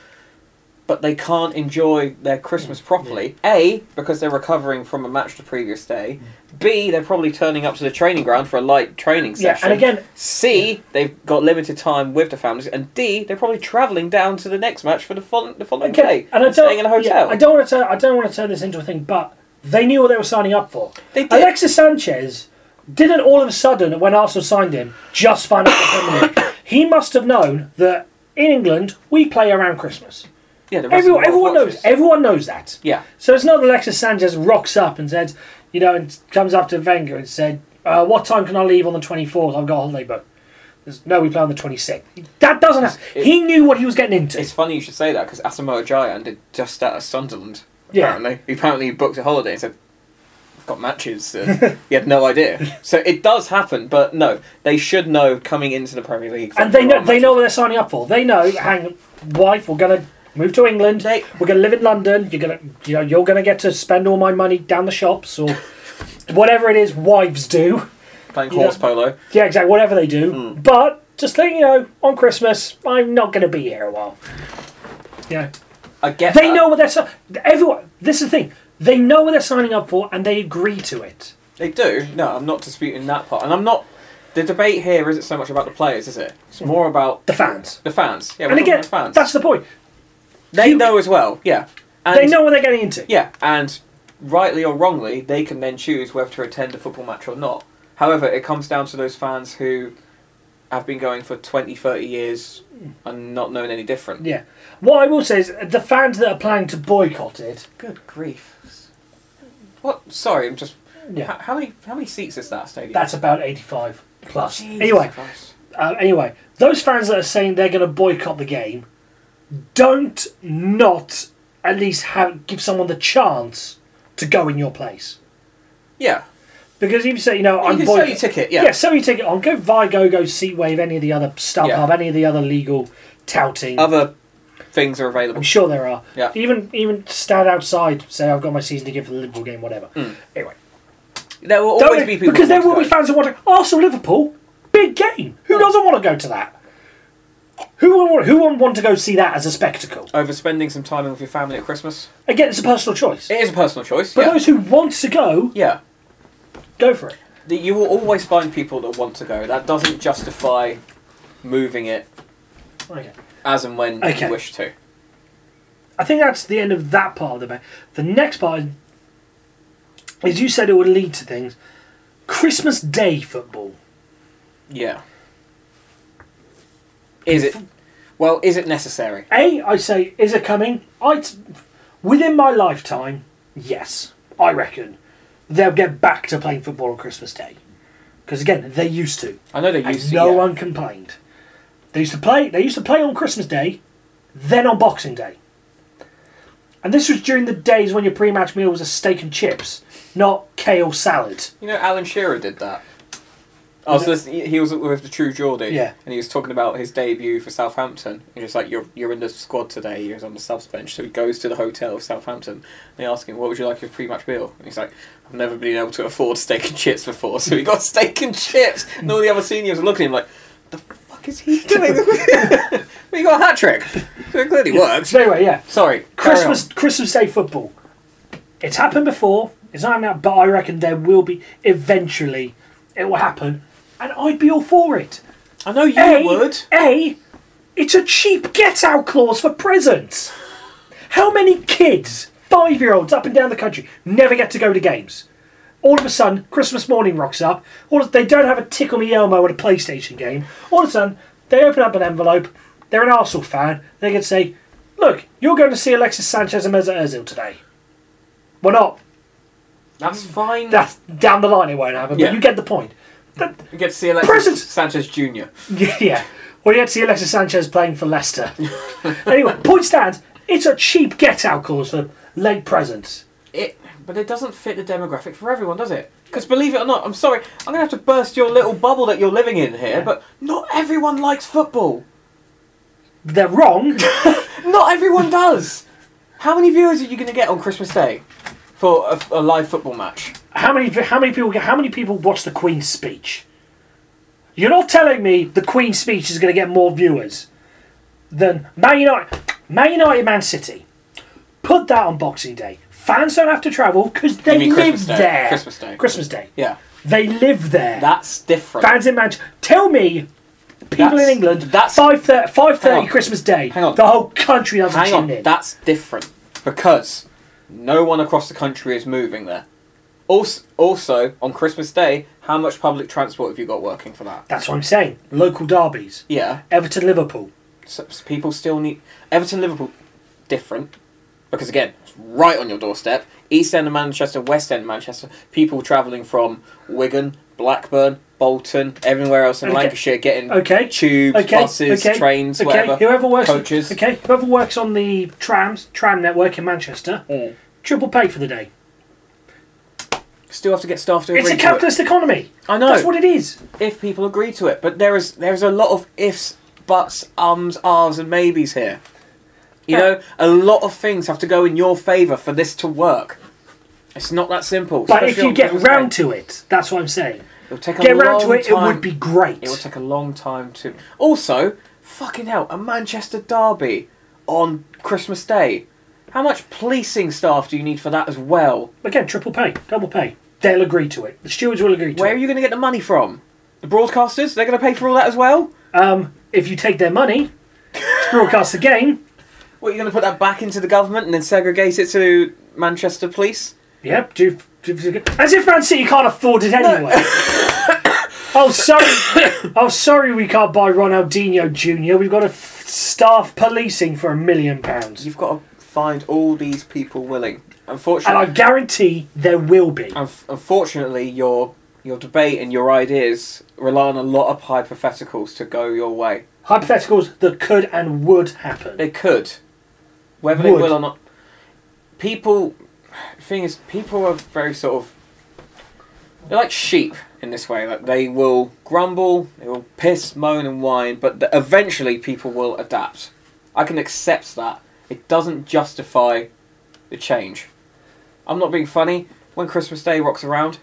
Speaker 2: but they can't enjoy their Christmas
Speaker 1: Mm.
Speaker 2: properly. A because they're recovering from a match the previous day. B they're probably turning up to the training ground for a light training
Speaker 1: Mm. Yeah,
Speaker 2: session.
Speaker 1: and again,
Speaker 2: C, they've got limited time with the families, and D, they're probably travelling down to the next match for the, fol- the following day
Speaker 1: and I don't,
Speaker 2: staying in a
Speaker 1: yeah,
Speaker 2: hotel.
Speaker 1: I don't want to turn I don't want to turn this into a thing, but they knew what they were signing up for.
Speaker 2: They did.
Speaker 1: Alexis Sanchez didn't all of a sudden, when Arsenal signed him, just find out the Premier League. He must have known that in England we play around Christmas.
Speaker 2: yeah, the rest
Speaker 1: Everyone,
Speaker 2: of the world
Speaker 1: everyone
Speaker 2: watches.
Speaker 1: knows. Everyone knows that.
Speaker 2: yeah,
Speaker 1: So it's not that Alexis Sanchez rocks up and said, you know, and comes up to Wenger and said, uh, "What time can I leave on the 24th? I've got a holiday book." There's- No, we play on the 26th. That doesn't happen.
Speaker 2: It-
Speaker 1: he knew what he was getting into.
Speaker 2: it's funny you should say that because Asamoah Gyan did just that at Sunderland.
Speaker 1: Yeah.
Speaker 2: Apparently, he apparently booked a holiday and said, "I've got matches." Uh, he had no idea. So it does happen, but no, they should know coming into the Premier League. that
Speaker 1: and they
Speaker 2: there
Speaker 1: know
Speaker 2: are
Speaker 1: they
Speaker 2: matches.
Speaker 1: know what they're signing up for. They know, hang, on, wife, we're gonna move to England.
Speaker 2: They-
Speaker 1: we're gonna live in London. You're gonna, you know, you're gonna get to spend all my money down the shops or whatever it is wives do.
Speaker 2: playing
Speaker 1: you
Speaker 2: horse
Speaker 1: know-
Speaker 2: polo.
Speaker 1: Yeah, exactly. Whatever they do,
Speaker 2: Hmm.
Speaker 1: but just letting you know, on Christmas, I'm not gonna be here a while. Yeah,
Speaker 2: I get
Speaker 1: they
Speaker 2: that.
Speaker 1: know what they're. si- Everyone, this is the thing. They know what they're signing up for, and they agree to it.
Speaker 2: They do. No, I'm not disputing that part, and I'm not. The debate here isn't so much about the players, is it? It's more about
Speaker 1: Hmm. The fans,
Speaker 2: The fans, yeah, we're
Speaker 1: and
Speaker 2: talking
Speaker 1: again,
Speaker 2: about fans.
Speaker 1: that's the point.
Speaker 2: they
Speaker 1: you-
Speaker 2: know as well, yeah. And,
Speaker 1: They know what they're getting into.
Speaker 2: yeah, and rightly or wrongly, they can then choose whether to attend a football match or not. However, it comes down to those fans who have been going for 20, 30 years and not knowing any different.
Speaker 1: Hmm. Yeah. What I will say is the fans that are planning to boycott it.
Speaker 2: Good grief. What? Sorry, I'm just.
Speaker 1: Yeah.
Speaker 2: How, how many how many seats is that stadium?
Speaker 1: That's about 85 plus.
Speaker 2: Jesus
Speaker 1: Anyway,
Speaker 2: Christ.
Speaker 1: um, anyway, those fans that are saying they're going to boycott the game, don't not at least have give someone the chance to go in your place.
Speaker 2: Yeah.
Speaker 1: Because if you say, you know, I'm
Speaker 2: you can
Speaker 1: boycott-
Speaker 2: sell your ticket,
Speaker 1: yeah.
Speaker 2: yeah.
Speaker 1: sell your ticket on. Go Vigogo, Seatwave, any of the other StubHub,
Speaker 2: Yeah.
Speaker 1: any of the other legal touting.
Speaker 2: Other things are available.
Speaker 1: I'm sure there are.
Speaker 2: Yeah.
Speaker 1: Even even stand outside, say I've got my season ticket for the Liverpool game, whatever.
Speaker 2: Hmm.
Speaker 1: Anyway,
Speaker 2: There will
Speaker 1: Don't
Speaker 2: always
Speaker 1: it-
Speaker 2: be people.
Speaker 1: because
Speaker 2: who
Speaker 1: there
Speaker 2: want
Speaker 1: will be
Speaker 2: to go.
Speaker 1: fans who want to Arsenal Liverpool, big game. Who doesn't want to go to that? Who would want, who would want to go see that as a spectacle?
Speaker 2: Overspending some time with your family at Christmas.
Speaker 1: Again, it's a personal choice.
Speaker 2: It is a personal choice.
Speaker 1: But
Speaker 2: yeah.
Speaker 1: those who want to go,
Speaker 2: yeah.
Speaker 1: go for it.
Speaker 2: The- You will always find people that want to go. That doesn't justify moving it
Speaker 1: Okay.
Speaker 2: as and when
Speaker 1: Okay.
Speaker 2: you wish to.
Speaker 1: I think that's the end of that part of the debate. The next part is, is you said it would lead to things. Christmas Day football.
Speaker 2: Yeah. Is it? Well, is it necessary?
Speaker 1: A, I say, is it coming? I, t- within my lifetime, yes, I reckon they'll get back to playing football on Christmas Day. Because again, they used to,
Speaker 2: I know they
Speaker 1: and
Speaker 2: used to.
Speaker 1: no
Speaker 2: yeah.
Speaker 1: one complained. They used to play. They used to play on Christmas Day, then on Boxing Day. And this was during the days when your pre-match meal was a steak and chips, not kale salad.
Speaker 2: You know, Alan Shearer did that. I was
Speaker 1: it-
Speaker 2: listening. He was with the True Geordie,
Speaker 1: Oh, Yeah.
Speaker 2: and he was talking about his debut for Southampton. He was like, "You're you're in the squad today. You're on the subs bench." So he goes to the hotel of Southampton. And they ask him, "What would you like your pre-match meal?" And he's like, "I've never been able to afford steak and chips before, so he got steak and chips." And all the other seniors were looking at him like, "The fuck is he doing?" we got a hat trick, so it clearly works.
Speaker 1: So anyway, yeah,
Speaker 2: Sorry, carry
Speaker 1: Christmas
Speaker 2: on.
Speaker 1: Christmas Day football. It's happened before. It's not happening now, but I reckon there will be eventually. It will happen, and I'd be all for it.
Speaker 2: I know you
Speaker 1: A,
Speaker 2: would.
Speaker 1: A, it's a cheap get-out clause for presents. How many kids, five-year-olds up and down the country, never get to go to games? All of a sudden, Christmas morning rocks up. All of- they don't have a tickle me Elmo at a PlayStation game. All of a sudden, they open up an envelope. They're an Arsenal fan. They can say, "Look, you're going to see Alexis Sanchez and Mesut Ozil today." We're not. Mm.
Speaker 2: That's fine.
Speaker 1: That's down the line. It won't happen.
Speaker 2: Yeah.
Speaker 1: But you get the point. That-
Speaker 2: you get to see Alexis
Speaker 1: Presents!
Speaker 2: Sanchez Jr.
Speaker 1: Yeah. Well, you had to see Alexis Sanchez playing for Leicester. anyway, point stands. It's a cheap get-out clause for late presents.
Speaker 2: It, but it doesn't fit the demographic for everyone, does it? Because believe it or not, I'm sorry, I'm gonna have to burst your little bubble that you're living in here. But not everyone likes football.
Speaker 1: They're wrong.
Speaker 2: Not everyone does. How many viewers are you gonna get on Christmas Day for a, a live football match?
Speaker 1: how many? How many people? How many people watch the Queen's speech? You're not telling me the Queen's speech is going to get more viewers than Man United, Man United, Man City. Put that on Boxing Day. Fans don't have to travel because they
Speaker 2: mean
Speaker 1: live
Speaker 2: Christmas Day?
Speaker 1: there.
Speaker 2: Christmas Day.
Speaker 1: Christmas Day.
Speaker 2: Yeah,
Speaker 1: They live there.
Speaker 2: that's different.
Speaker 1: fans in Manchester. Tell me, people
Speaker 2: That's-
Speaker 1: in England,
Speaker 2: that's-
Speaker 1: five thirty, five
Speaker 2: Hang
Speaker 1: thirty
Speaker 2: on.
Speaker 1: Christmas Day.
Speaker 2: Hang on.
Speaker 1: The whole country doesn't
Speaker 2: Hang
Speaker 1: tune
Speaker 2: on,
Speaker 1: in.
Speaker 2: that's different because no one across the country is moving there. Also, also on Christmas Day, how much public transport have you got working for that?
Speaker 1: that's what I'm saying. Local derbies,
Speaker 2: Yeah.
Speaker 1: Everton, Liverpool.
Speaker 2: So, so people still need Everton, Liverpool, different because again, it's right on your doorstep. East End of Manchester, West End of Manchester. People travelling from Wigan, Blackburn, Bolton, everywhere else in
Speaker 1: Okay.
Speaker 2: Lancashire, getting
Speaker 1: Okay.
Speaker 2: tubes,
Speaker 1: Okay,
Speaker 2: buses,
Speaker 1: okay,
Speaker 2: trains,
Speaker 1: okay.
Speaker 2: whatever.
Speaker 1: Whoever works,
Speaker 2: coaches.
Speaker 1: Okay, whoever works on the trams, tram network in Manchester,
Speaker 2: Mm.
Speaker 1: triple pay for the day.
Speaker 2: Still have to get staff to agree
Speaker 1: It's a
Speaker 2: to it.
Speaker 1: capitalist economy.
Speaker 2: I know.
Speaker 1: That's what it is.
Speaker 2: if people agree to it. But there is there is a lot of ifs, buts, ums, ahs, and maybes here. You
Speaker 1: Yeah.
Speaker 2: know, a lot of things have to go in your favour for this to work. It's not that simple.
Speaker 1: But if
Speaker 2: especially
Speaker 1: you
Speaker 2: on
Speaker 1: get
Speaker 2: Christmas
Speaker 1: round
Speaker 2: Day.
Speaker 1: to it, that's what I'm saying.
Speaker 2: it'll take a
Speaker 1: Get round to
Speaker 2: long
Speaker 1: it, it
Speaker 2: time-
Speaker 1: would be great.
Speaker 2: It will take a long time to. Also, fucking hell, a Manchester derby on Christmas Day. How much policing staff do you need for that as well?
Speaker 1: Again, triple pay, double pay. They'll agree to it. The stewards will agree to
Speaker 2: Where
Speaker 1: it.
Speaker 2: are you going to get the money from? The broadcasters? They're going to pay for all that as well?
Speaker 1: Um, if you take their money, to broadcast the game.
Speaker 2: What, you're going to put that back into the government and then segregate it to Manchester police?
Speaker 1: Yep. Do, do- do- as if Man City can't afford it anyway. Oh, sorry. oh, sorry, we can't buy Ronaldinho Jr. We've got to f- staff policing for a million pounds.
Speaker 2: You've got to find all these people willing.
Speaker 1: And I
Speaker 2: Unfortunately,
Speaker 1: guarantee there will be.
Speaker 2: unf- unfortunately, your your debate and your ideas rely on a lot of hypotheticals to go your way.
Speaker 1: Hypotheticals that could and would happen.
Speaker 2: They could, whether
Speaker 1: Would.
Speaker 2: they will or not. People, the thing is, people are very sort of. They're like sheep in this way. Like they will grumble, they will piss, moan, and whine, but th- eventually people will adapt. I can accept that. It doesn't justify the change. I'm not being funny. When Christmas Day rocks around,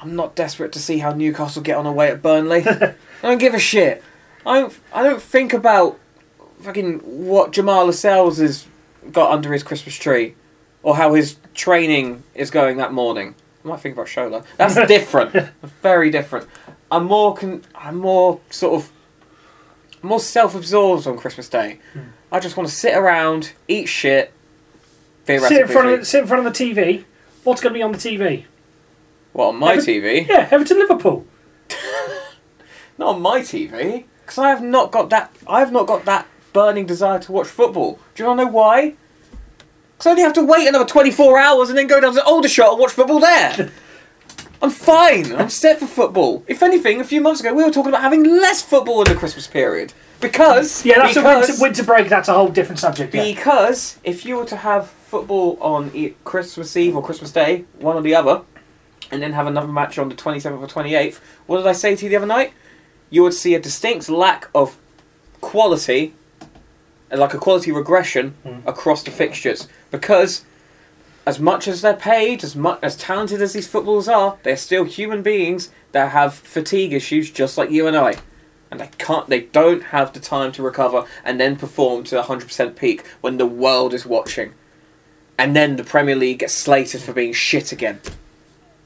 Speaker 2: I'm not desperate to see how Newcastle get on away at Burnley. I don't give a shit. I don't. I don't think about fucking what Jamal Lascelles has got under his Christmas tree, or how his training is going that morning. I might think about Shola. That's different. Very different. I'm more. Con- I'm more sort of. More self-absorbed on Christmas Day.
Speaker 1: Hmm.
Speaker 2: I just want to sit around, eat shit.
Speaker 1: Sit in front
Speaker 2: theoretically.
Speaker 1: of the, sit in front of the TV. What's going to be on the TV?
Speaker 2: Well, on my
Speaker 1: Every-
Speaker 2: TV.
Speaker 1: Yeah, Everton Liverpool.
Speaker 2: Not on my TV, because I have not got that. I have not got that burning desire to watch football. Do you want to know why? Because I only have to wait another twenty-four hours and then go down to Aldershot and watch football there. I'm fine. I'm set for football. If anything, a few months ago we were talking about having less football in the Christmas period because
Speaker 1: Yeah, that's
Speaker 2: because,
Speaker 1: a winter, winter break. That's a whole different subject. Yeah.
Speaker 2: because if you were to have football on e- Christmas Eve or Christmas Day, one or the other, and then have another match on the 27th or 28th, what did I say to you the other night? You would see a distinct lack of quality, uh, like a quality regression across the fixtures. Because as much as they're paid, as much as talented as these footballers are, they're still human beings that have fatigue issues just like you and I and they can't they don't have the time to recover and then perform to 100% peak when the world is watching and then the premier league gets slated for being shit again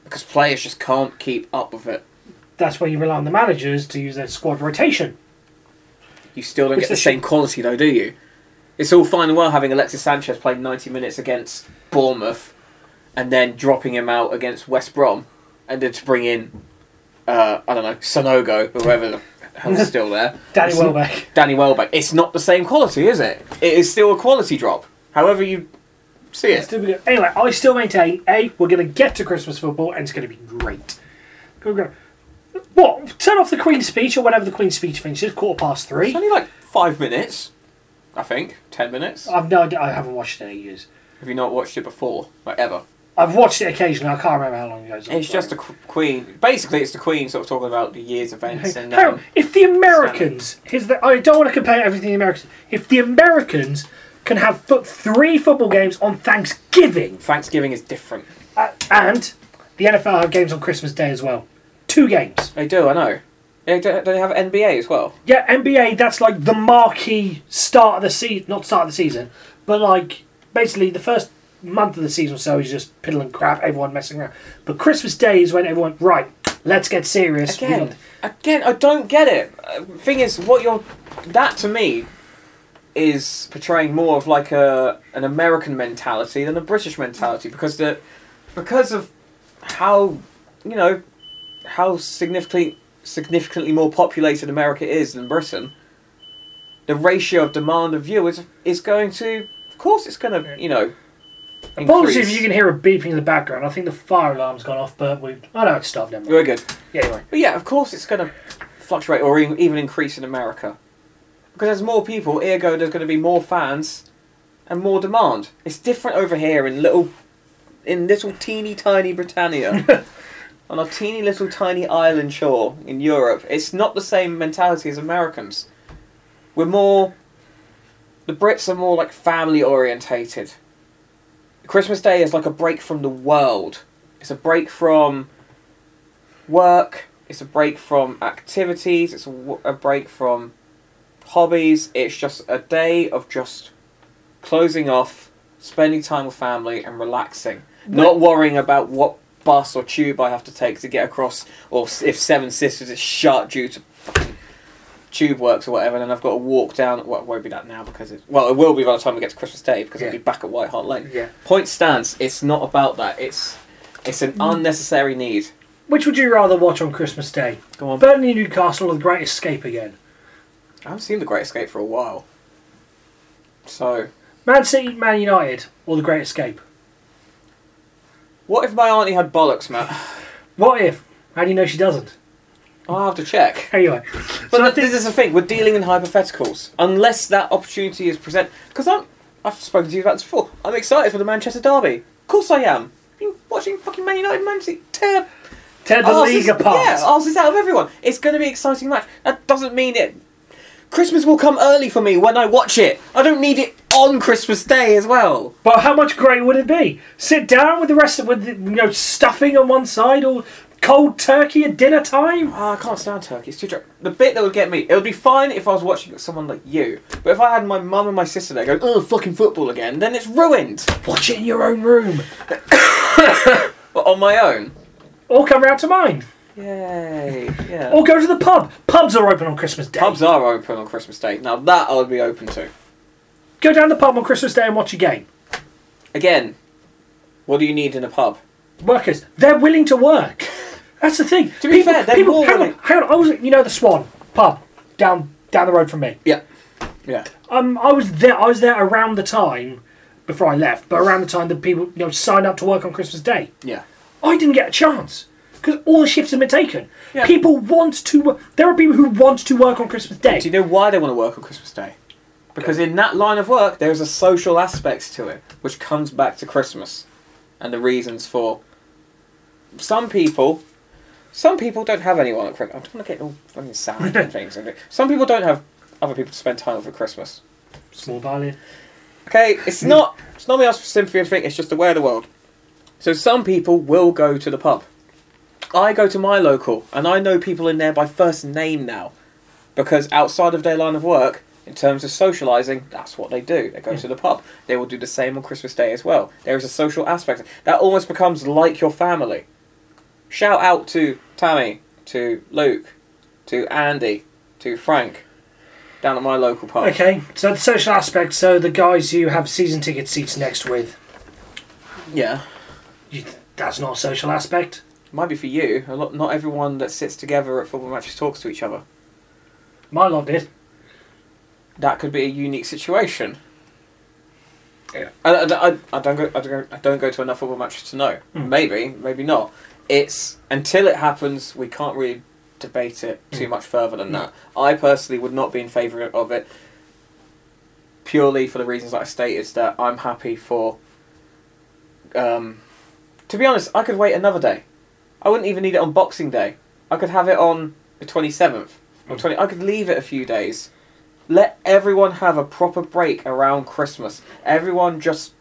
Speaker 2: because players just can't keep up with it
Speaker 1: That's where you rely on the managers to use their squad rotation.
Speaker 2: you still don't
Speaker 1: Which
Speaker 2: get the
Speaker 1: they
Speaker 2: same
Speaker 1: should-
Speaker 2: quality though do you it's all fine and well having alexis sanchez play 90 minutes against bournemouth and then dropping him out against west brom and then to bring in uh, i don't know sonogo or whoever the hell's still there
Speaker 1: Danny
Speaker 2: It's-
Speaker 1: Welbeck.
Speaker 2: Danny Welbeck. It's not the same quality, is it? It is still a quality drop. However, you see
Speaker 1: It's
Speaker 2: it.
Speaker 1: still be good. Anyway, I still maintain A, we're going to get to Christmas football and it's going to be great. We're gonna- What? Turn off the Queen's speech or whenever the Queen's speech finishes, quarter past three.
Speaker 2: It's only like five minutes, I think. Ten minutes.
Speaker 1: I've no idea, I haven't watched it in eight years.
Speaker 2: Have you not watched it before? Like ever?
Speaker 1: I've watched it occasionally, I can't remember how long ago it was.
Speaker 2: It's just the qu- Queen. Basically, it's the Queen sort of talking about the year's events and.
Speaker 1: How-
Speaker 2: Um,
Speaker 1: if the Americans, here's the, I don't want to compare everything to the Americans. If the Americans can have foot, three football games on Thanksgiving,
Speaker 2: Thanksgiving is different.
Speaker 1: uh, and the NFL have games on Christmas Day as well, two games.
Speaker 2: They do, I know. They do, they have NBA as well.
Speaker 1: Yeah, NBA. That's like the marquee start of the season. Not start of the season, but like basically the first month of the season or so is just piddling crap. Everyone messing around. But Christmas Day is when everyone right. Let's get serious. We
Speaker 2: Again,
Speaker 1: got-
Speaker 2: again, I don't get it. Uh, Thing is, what you're that to me is portraying more of like a an American mentality than a British mentality because the because of how you know how significantly significantly more populated America is than Britain. The ratio of demand of viewers is going to, of course, it's going to you know.
Speaker 1: Apologies if
Speaker 2: increase.
Speaker 1: you can hear a beeping in the background. I think the fire alarm's gone off, but we. Oh no, it's stopped. Never mind.
Speaker 2: We're good.
Speaker 1: Yeah, anyway.
Speaker 2: But yeah, of course it's going to fluctuate or e- even increase in America. Because there's more people, ergo there's going to be more fans and more demand. It's different over here in little, in little teeny tiny Britannia. on our teeny little tiny island shore in Europe. It's not the same mentality as Americans. We're more, the Brits are more like family orientated. Christmas Day is like a break from the world. It's a break from work. It's a break from activities. It's a, w- a break from hobbies. It's just a day of just closing off, spending time with family, and relaxing. Not worrying about what bus or tube I have to take to get across, or s- if Seven Sisters is shut due to fucking tube works or whatever, and then I've got to walk down. Well, it won't be that now because it. Well, it will be by the time we get to Christmas Day because it'll
Speaker 1: Yeah.
Speaker 2: be back at White Hart Lane.
Speaker 1: Yeah.
Speaker 2: Mm. Point stands. It's not about that. It's it's an unnecessary need.
Speaker 1: Which would you rather watch on Christmas Day?
Speaker 2: Go on.
Speaker 1: Burnley Newcastle or The Great Escape again?
Speaker 2: I haven't seen The Great Escape for a while. So,
Speaker 1: Man City, Man United, or The Great Escape?
Speaker 2: what if my auntie had bollocks, Matt?
Speaker 1: What if? How do you know she doesn't?
Speaker 2: I'll have to check.
Speaker 1: Anyway,
Speaker 2: But th- this is the thing, we're dealing in hypotheticals. Unless that opportunity is present. Because I'm. I've spoken to you about this before. I'm excited for the Manchester Derby. Of course I am. I've been watching fucking Man United Man City tear
Speaker 1: tear the
Speaker 2: Arse
Speaker 1: league
Speaker 2: Oh, is-
Speaker 1: apart.
Speaker 2: Yeah, Arse is out of everyone. It's going to be an exciting match. That doesn't mean it. Christmas will come early for me when I watch it. I don't need it on Christmas Day as well.
Speaker 1: But how much great would it be? Sit down with the rest of with the, you know stuffing on one side or cold turkey at dinner time.
Speaker 2: Ah, I can't stand turkey. It's too dry. The bit that would get me, it would be fine if I was watching it with someone like you. But if I had my mum and my sister there going, oh, fucking football again, then it's ruined.
Speaker 1: Watch it in your own room,
Speaker 2: But on my own.
Speaker 1: or come round to mine,
Speaker 2: Yay. Yeah.
Speaker 1: or go to the pub. Pubs are open on Christmas Day.
Speaker 2: Pubs are open on Christmas Day. Now that I would be open to.
Speaker 1: Go down to the pub on Christmas Day and watch a game.
Speaker 2: Again, what do you need in a pub?
Speaker 1: Workers, they're willing to work. That's the thing.
Speaker 2: To be fair, they're
Speaker 1: people,
Speaker 2: more
Speaker 1: hang on,
Speaker 2: willing-
Speaker 1: hang on. I was, at- you know, the Swan pub down down the road from me.
Speaker 2: Yeah. Yeah.
Speaker 1: um, I was there. I was there around the time before I left, but around the time that people you know signed up to work on Christmas Day,
Speaker 2: Yeah.
Speaker 1: I didn't get a chance because all the shifts have been taken.
Speaker 2: Yeah.
Speaker 1: People want to. wo- There are people who want to work on Christmas Day.
Speaker 2: Do you know why they want to work on Christmas Day? Because in that line of work, there is a social aspect to it, which comes back to Christmas, and the reasons for. Some people, some people don't have anyone at Christmas. I'm trying to get all fucking sad and things. and- Some people don't have other people to spend time with at Christmas.
Speaker 1: Small violin.
Speaker 2: Okay, it's not it's not me asking for sympathy or anything. It's just the way of the world. So some people will go to the pub. I go to my local, and I know people in there by first name now, because outside of their line of work, in terms of socialising, that's what they do. They go to the pub. They will do the same on Christmas Day as well. There is a social aspect that almost becomes like your family. Shout out to Tammy, to Luke, to Andy, to Frank, down at my local pub.
Speaker 1: Okay, so the social aspect. So the guys you have season ticket seats next with.
Speaker 2: Yeah.
Speaker 1: You, that's not a social aspect.
Speaker 2: Might be for you. A lot, not everyone that sits together at football matches talks to each other.
Speaker 1: My lot did.
Speaker 2: That could be a unique situation.
Speaker 1: Yeah.
Speaker 2: I, I, I, I don't go. I don't, go- I don't go to enough football matches to know.
Speaker 1: Mm.
Speaker 2: Maybe, maybe not. It's until it happens, we can't really debate it too much further than that. I personally would not be in favour of it, purely for the reasons that I stated. That I'm happy for. Um, to be honest, I could wait another day. I wouldn't even need it on Boxing Day. I could have it on the twenty seventh or
Speaker 1: Mm.
Speaker 2: twenty. I could leave it a few days. Let everyone have a proper break around Christmas. Everyone just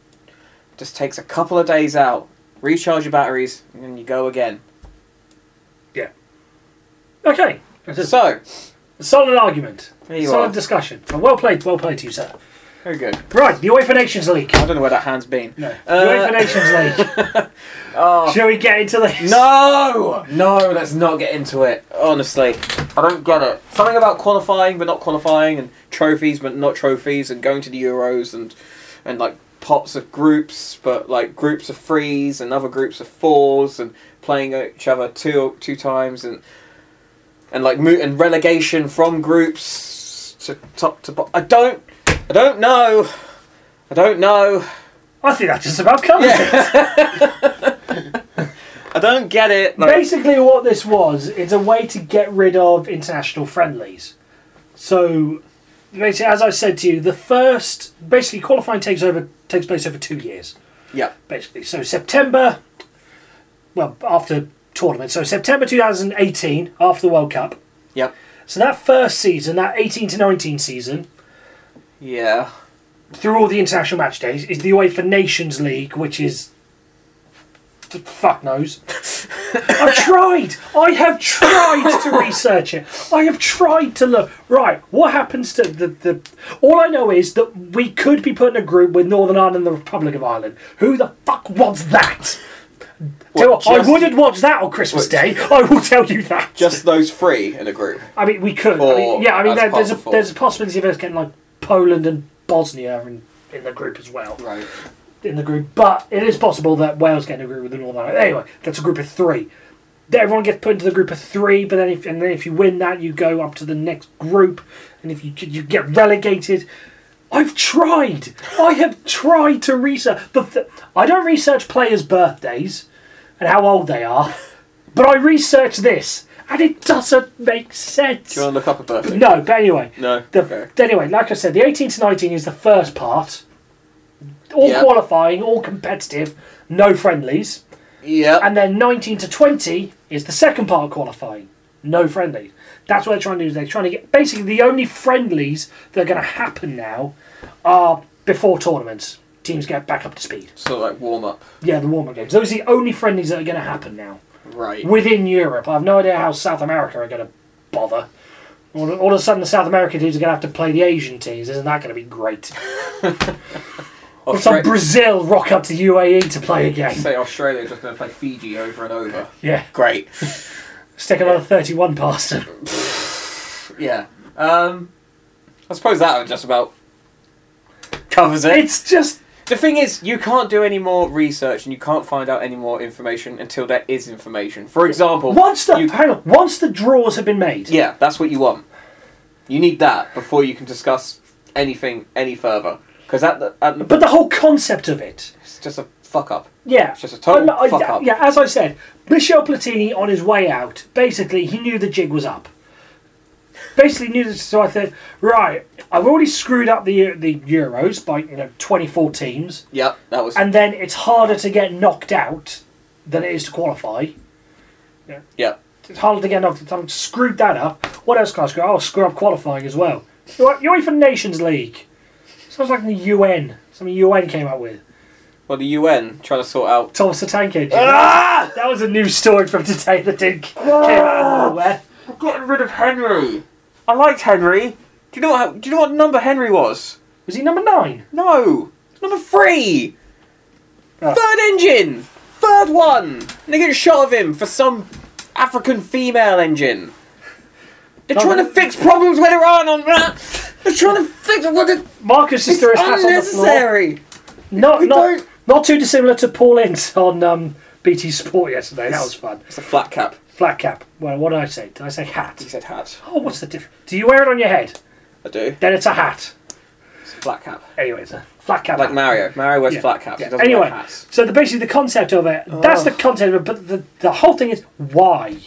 Speaker 2: just takes a couple of days out, recharge your batteries, and then you go again.
Speaker 1: Okay, that's a
Speaker 2: So
Speaker 1: solid argument.
Speaker 2: There you
Speaker 1: solid
Speaker 2: are.
Speaker 1: discussion. Well played, well played to you, sir.
Speaker 2: very good.
Speaker 1: Right, the UEFA Nations League.
Speaker 2: I don't know where that hand's been.
Speaker 1: No,
Speaker 2: Uh,
Speaker 1: UEFA Nations League.
Speaker 2: Oh
Speaker 1: Shall we get into this?
Speaker 2: no, no, let's not get into it. Honestly, I don't get it. Something about qualifying but not qualifying, and trophies but not trophies, and going to the Euros and and like pots of groups, but like groups of threes and other groups of fours, and playing each other two two times, and and like mo- and relegation from groups to top to bottom. I don't, I don't know, I don't know.
Speaker 1: I think that just about covers it.
Speaker 2: I don't get it. Like,
Speaker 1: Basically, what this was, it's a way to get rid of international friendlies. So, basically, as I said to you, the first basically qualifying takes over takes place over two years.
Speaker 2: yeah,
Speaker 1: Basically, so September, well, after tournament, so September 2018, after the World Cup.
Speaker 2: yeah,
Speaker 1: So that first season, that 18 to 19 season,
Speaker 2: yeah.
Speaker 1: through all the international match days is the UEFA Nations League, which is f- fuck knows. I've tried. I have tried to research it. I have tried to look. Right, what happens to the, the All I know is that we could be put in a group with Northern Ireland and the Republic of Ireland. Who the fuck wants that? Tell you
Speaker 2: What,
Speaker 1: what, I
Speaker 2: just-
Speaker 1: wouldn't watch that on Christmas
Speaker 2: What-
Speaker 1: Day. I will tell you that.
Speaker 2: Just those three in a group.
Speaker 1: I mean, we could. I
Speaker 2: Or
Speaker 1: mean, yeah, I mean,
Speaker 2: as
Speaker 1: there, there's a
Speaker 2: powerful.
Speaker 1: there's a possibility of us getting like Poland and Bosnia in, in the group as well
Speaker 2: Right.
Speaker 1: in the group, but it is possible that Wales get in a group with the Northern Ireland. Anyway, that's a group of three. that everyone gets put into the group of three, but then if and then if you win that, you go up to the next group, and if you you get relegated. I've tried. I have tried to research. The th- I don't research players' birthdays and how old they are, but I researched this, and it doesn't make sense.
Speaker 2: Do you want to look up a birthday?
Speaker 1: No, but anyway,
Speaker 2: No.
Speaker 1: the,
Speaker 2: okay.
Speaker 1: anyway, like I said, the 18 to 19 is the first part. All
Speaker 2: Yeah.
Speaker 1: qualifying, all competitive, no friendlies.
Speaker 2: Yeah.
Speaker 1: And then 19 to 20 is the second part of qualifying, no friendlies. That's what they're trying to do. They're trying to get basically the only friendlies that are going to happen now are before tournaments. Teams get back up to speed.
Speaker 2: sort of like warm up.
Speaker 1: Yeah, the warm up games. Those are the only friendlies that are going to happen now
Speaker 2: Right.
Speaker 1: within Europe. I have no idea how South America are going to bother. All, all of a sudden, the South American teams are going to have to play the Asian teams. Isn't that going to be great? Or some
Speaker 2: Austra-
Speaker 1: Brazil rock up to UAE to play again.
Speaker 2: say Australia just going to play Fiji over and over.
Speaker 1: Yeah,
Speaker 2: Great.
Speaker 1: stick another 31 past them.
Speaker 2: Yeah. Um, I suppose that just about covers it.
Speaker 1: It's just.
Speaker 2: the thing is, you can't do any more research and you can't find out any more information until there is information. For example,
Speaker 1: Once the,
Speaker 2: you-
Speaker 1: hang on, once the draws have been made,
Speaker 2: yeah, that's what you want. You need that before you can discuss anything any further. Because at the, at the,
Speaker 1: but the whole concept of it.
Speaker 2: it's just a fuck up.
Speaker 1: Yeah.
Speaker 2: It's just a total
Speaker 1: I- I-
Speaker 2: fuck up.
Speaker 1: Yeah, as I said, Michel Platini on his way out, basically he knew the jig was up. Basically knew this, so I thought, right, I've already screwed up the the Euros by you know twenty four teams,
Speaker 2: Yep, that was.
Speaker 1: and then it's harder to get knocked out than it is to qualify.
Speaker 2: yep.
Speaker 1: It's harder to get knocked out. I've screwed that up. What else can I screw? up? I'll screw up qualifying as well. You're, you're for Nations League. Sounds like the UN. Something UN came up with.
Speaker 2: Well, the UN trying to sort out.
Speaker 1: Thomas the Tank Engine.
Speaker 2: Ah!
Speaker 1: That was a new story from today that did came out of nowhere.
Speaker 2: Getting Oh, rid of Henry. I liked Henry. Do you know what? Do you know what number Henry was?
Speaker 1: Was he number nine?
Speaker 2: No, number three.
Speaker 1: Oh.
Speaker 2: Third engine. Third one. And they get a shot of him for some African female engine. They're
Speaker 1: No,
Speaker 2: trying
Speaker 1: but-
Speaker 2: to fix problems where there aren't on that. They're trying to fix what it-
Speaker 1: Marcus just
Speaker 2: it's
Speaker 1: threw his hat on the floor.
Speaker 2: unnecessary.
Speaker 1: Not,
Speaker 2: We
Speaker 1: not,
Speaker 2: don't-
Speaker 1: not too dissimilar to Paul Ince on um, BT Sport yesterday. That was fun.
Speaker 2: It's a flat cap.
Speaker 1: Flat cap. Well, what did I say? Did I say
Speaker 2: He
Speaker 1: hat?
Speaker 2: said hat.
Speaker 1: Oh, what's the difference? Do you wear it on your head?
Speaker 2: I do.
Speaker 1: Then it's a hat.
Speaker 2: It's a flat cap.
Speaker 1: Anyway, it's a flat cap.
Speaker 2: Like
Speaker 1: hat.
Speaker 2: Mario. Mario wears flat caps. He
Speaker 1: Ah. Yeah.
Speaker 2: doesn't wear
Speaker 1: Anyway,
Speaker 2: hats.
Speaker 1: so the, basically the concept of it, that's the concept of it, but the, the whole thing is why?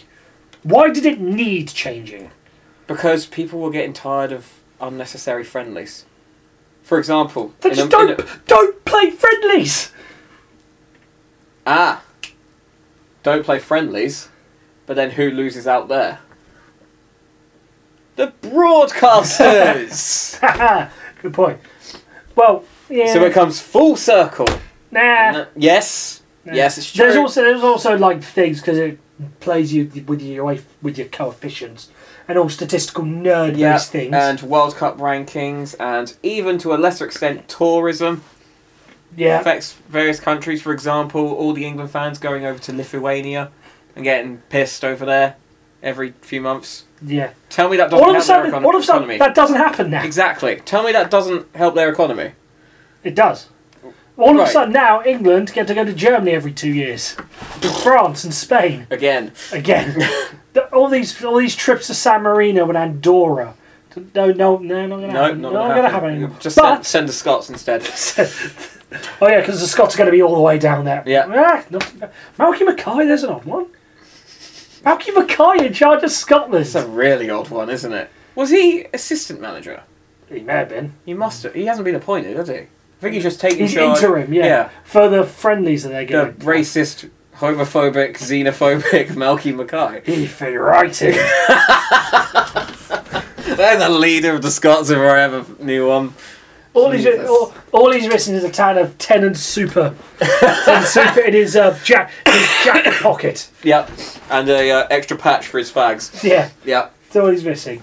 Speaker 1: Why did it need changing?
Speaker 2: Because people were getting tired of unnecessary friendlies. For example,
Speaker 1: They
Speaker 2: in
Speaker 1: just
Speaker 2: a- in
Speaker 1: don't
Speaker 2: a-
Speaker 1: don't play friendlies.
Speaker 2: ah, don't play friendlies, but then who loses out there? The broadcasters.
Speaker 1: Good point. Well, yeah.
Speaker 2: so it comes full circle.
Speaker 1: nah.
Speaker 2: No- Yes, yes, it's true.
Speaker 1: There's also there's also like things because it plays you with your UEFA- with your coefficients and all statistical nerd based
Speaker 2: yeah,
Speaker 1: things.
Speaker 2: and World Cup rankings, and even to a lesser extent, tourism
Speaker 1: yeah.
Speaker 2: affects various countries. For example, all the England fans going over to Lithuania and getting pissed over there every few months.
Speaker 1: Yeah.
Speaker 2: Tell me that doesn't
Speaker 1: All of a
Speaker 2: help
Speaker 1: sudden,
Speaker 2: their econ-
Speaker 1: all of a sudden,
Speaker 2: economy.
Speaker 1: that doesn't happen now.
Speaker 2: Exactly. Tell me that doesn't help their economy.
Speaker 1: It does. All of
Speaker 2: Right.
Speaker 1: a sudden now, England get to go to Germany every two years, France and Spain
Speaker 2: Again.
Speaker 1: again. The- all these all these trips to San Marino and Andorra. No, no, no, not gonna
Speaker 2: No,
Speaker 1: happen.
Speaker 2: not
Speaker 1: not
Speaker 2: gonna
Speaker 1: gonna
Speaker 2: happen.
Speaker 1: happen anymore.
Speaker 2: Just
Speaker 1: But-
Speaker 2: send, send the Scots instead.
Speaker 1: Oh yeah, because the Scots are going to be all the way down there.
Speaker 2: Yeah.
Speaker 1: Ah, not too bad. Malky Mackay, there's an odd one. Malky Mackay in charge of Scotland.
Speaker 2: It's a really odd one, isn't it? Was he assistant manager?
Speaker 1: he may have been.
Speaker 2: He must have. He hasn't been appointed, has he? I think he's just taking
Speaker 1: He's
Speaker 2: charge.
Speaker 1: interim, yeah, For the friendlies that they're
Speaker 2: The
Speaker 1: getting.
Speaker 2: racist, homophobic, xenophobic Malky Mackay.
Speaker 1: If you're writing.
Speaker 2: They're the leader of the Scots if I ever knew one.
Speaker 1: all, he's,
Speaker 2: Jesus.
Speaker 1: all, all he's written is a town of tenant super. tenant super in his, uh, jack, his jacket pocket.
Speaker 2: Yep. And a uh, extra patch for his fags.
Speaker 1: Yeah,
Speaker 2: Yep.
Speaker 1: that's all he's missing.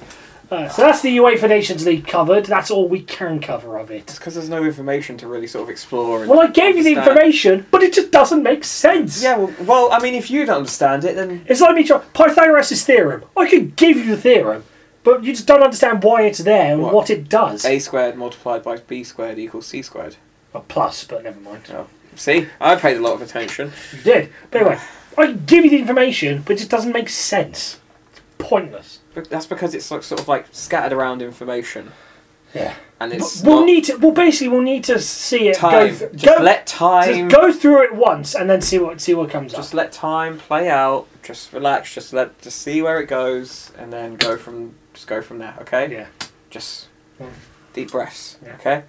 Speaker 1: Uh, so that's the UEFA Nations League covered. That's all we can cover of it.
Speaker 2: It's because there's no information to really sort of explore. And
Speaker 1: Well, I gave you the
Speaker 2: understand.
Speaker 1: information, but it just doesn't make sense.
Speaker 2: Yeah, well, well, I mean, if you don't understand it, then
Speaker 1: It's like me trying Pythagoras' theorem. I could give you the theorem, but you just don't understand why it's there and
Speaker 2: What?
Speaker 1: what, it does.
Speaker 2: a squared multiplied by b squared equals c squared.
Speaker 1: A plus, but never mind.
Speaker 2: See, I paid a lot of attention.
Speaker 1: You did. But anyway, I can give you the information, but it just doesn't make sense. It's pointless.
Speaker 2: But that's because it's like sort of like scattered around information,
Speaker 1: Yeah.
Speaker 2: and it's
Speaker 1: we'll
Speaker 2: not
Speaker 1: need to. Well, basically, we'll need to see it go.
Speaker 2: time.
Speaker 1: th-
Speaker 2: just
Speaker 1: go
Speaker 2: let time.
Speaker 1: just go through it once and then see what see what comes
Speaker 2: Just
Speaker 1: up.
Speaker 2: let time play out. Just relax. Just let just see where it goes, and then go from just go from there. Okay.
Speaker 1: Yeah.
Speaker 2: Just
Speaker 1: Mm.
Speaker 2: deep breaths.
Speaker 1: Yeah.
Speaker 2: Okay.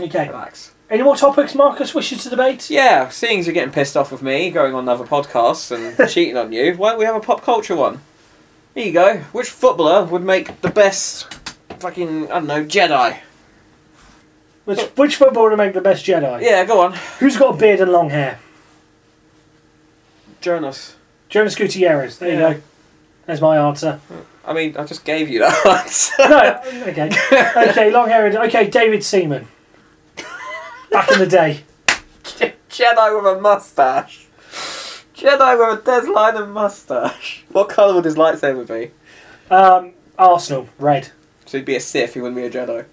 Speaker 1: Okay.
Speaker 2: Relax.
Speaker 1: Any more topics Marcus wishes to debate?
Speaker 2: Yeah. Seeing as you're getting pissed off with me going on other podcasts and cheating on you, why don't we have a pop culture one? Here you go. Which footballer would make the best fucking I don't know Jedi?
Speaker 1: Which which footballer to make the best Jedi?
Speaker 2: Yeah. Go on.
Speaker 1: Who's got a beard and long hair?
Speaker 2: Jonas.
Speaker 1: Jonas Gutierrez. There
Speaker 2: Yeah.
Speaker 1: you go. There's my answer.
Speaker 2: I mean, I just gave you that answer.
Speaker 1: No. Okay. Okay. Long haired. Okay. David Seaman. Back in the day.
Speaker 2: Jedi with a mustache. Jedi with a deadline and mustache. What colour would his lightsaber be?
Speaker 1: Um, Arsenal. Red.
Speaker 2: So he'd be a Sith, he wouldn't be a Jedi.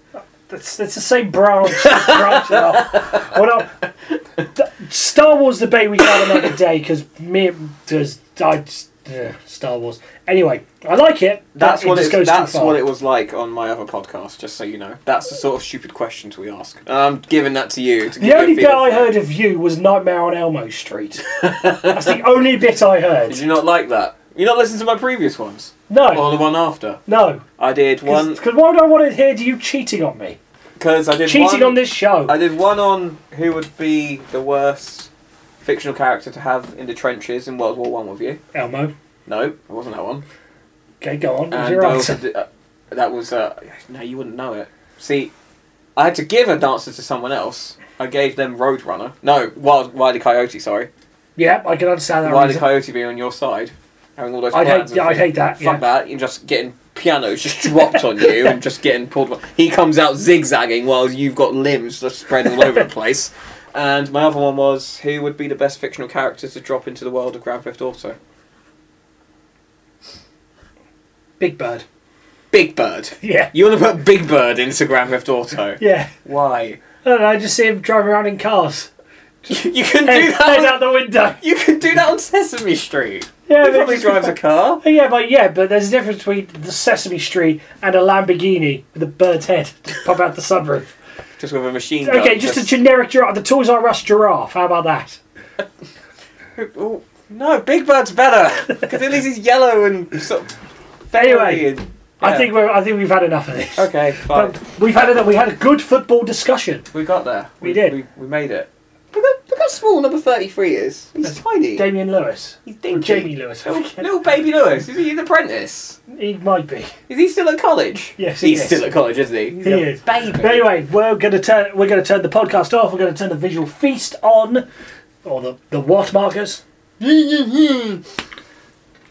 Speaker 1: That's, that's the same branch. branch it off. Well, no, th- Star Wars debate we had another day because me because I just, ugh, Star Wars. Anyway, I like it. but
Speaker 2: That's
Speaker 1: it
Speaker 2: what
Speaker 1: just
Speaker 2: it,
Speaker 1: goes
Speaker 2: that's
Speaker 1: too far.
Speaker 2: what it was like on my other podcast, just so you know. That's the sort of stupid questions we ask. And I'm giving that to you. To give
Speaker 1: The
Speaker 2: you a
Speaker 1: only bit
Speaker 2: feel
Speaker 1: I
Speaker 2: for it.
Speaker 1: heard of you was Nightmare on Elmo Street. That's the only bit I
Speaker 2: Did
Speaker 1: heard.
Speaker 2: you not like that? You not listened to my previous ones? Or
Speaker 1: No,
Speaker 2: the one after?
Speaker 1: no.
Speaker 2: I did one.
Speaker 1: Because why would I want to hear you cheating on me?
Speaker 2: Because I did
Speaker 1: Cheating
Speaker 2: one,
Speaker 1: on this show.
Speaker 2: I did one on who would be the worst fictional character to have in the trenches in World War One with you.
Speaker 1: Elmo.
Speaker 2: No, it wasn't that one.
Speaker 1: Okay, go on. What's
Speaker 2: And
Speaker 1: your
Speaker 2: I also
Speaker 1: answer?
Speaker 2: did, uh, that was uh, no, you wouldn't know it. See, I had to give a dancer to someone else. I gave them Roadrunner. No, Wild Wiley Coyote. Sorry,
Speaker 1: Yep, I can understand that.
Speaker 2: Wiley
Speaker 1: reason.
Speaker 2: Coyote being on your side, having all those.
Speaker 1: I'd
Speaker 2: plans
Speaker 1: hate,
Speaker 2: and
Speaker 1: I'd
Speaker 2: things.
Speaker 1: hate that.
Speaker 2: Fuck
Speaker 1: Yeah.
Speaker 2: that! You're just getting pianos just dropped on you and just getting pulled. He comes out zigzagging while you've got limbs just spread all over the place. And my other one was who would be the best fictional character to drop into the world of Grand Theft Auto?
Speaker 1: Big Bird.
Speaker 2: Big Bird.
Speaker 1: Yeah.
Speaker 2: You want to put Big Bird into Grand Theft Auto?
Speaker 1: Yeah.
Speaker 2: Why?
Speaker 1: I don't know, I just see him driving around in cars.
Speaker 2: You can do
Speaker 1: Head, head
Speaker 2: that.
Speaker 1: out the window.
Speaker 2: On, you can do that on Sesame Street.
Speaker 1: Yeah,
Speaker 2: He
Speaker 1: but
Speaker 2: probably
Speaker 1: just-
Speaker 2: drives a car.
Speaker 1: Yeah, but yeah, but there's a difference between the Sesame Street and a Lamborghini with a bird's head pop out the sunroof.
Speaker 2: Just with a machine gun.
Speaker 1: Okay, just a generic giraffe. The Toys R Us giraffe. How about that?
Speaker 2: Oh, no, Big Bird's better because at least he's yellow and sort of
Speaker 1: Anyway, Um,
Speaker 2: furry and-
Speaker 1: I
Speaker 2: Yeah.
Speaker 1: think we're, I think we've had enough of this.
Speaker 2: Okay, fine.
Speaker 1: But we've had enough. We had a good football discussion.
Speaker 2: we got there.
Speaker 1: We did.
Speaker 2: We, we made it. Look how, look how small number thirty-three is. He's
Speaker 1: That's
Speaker 2: tiny.
Speaker 1: Damien Lewis,
Speaker 2: he's
Speaker 1: or
Speaker 2: dinky.
Speaker 1: Jamie Lewis.
Speaker 2: Little, little baby Lewis. Is he an apprentice?
Speaker 1: He might be.
Speaker 2: Is he still at college?
Speaker 1: Yes, he
Speaker 2: he's
Speaker 1: is.
Speaker 2: still at college, isn't he? He's
Speaker 1: He
Speaker 2: a
Speaker 1: is.
Speaker 2: Baby.
Speaker 1: But anyway, we're gonna turn we're gonna turn the podcast off. We're gonna turn the visual feast on, or the the what markers.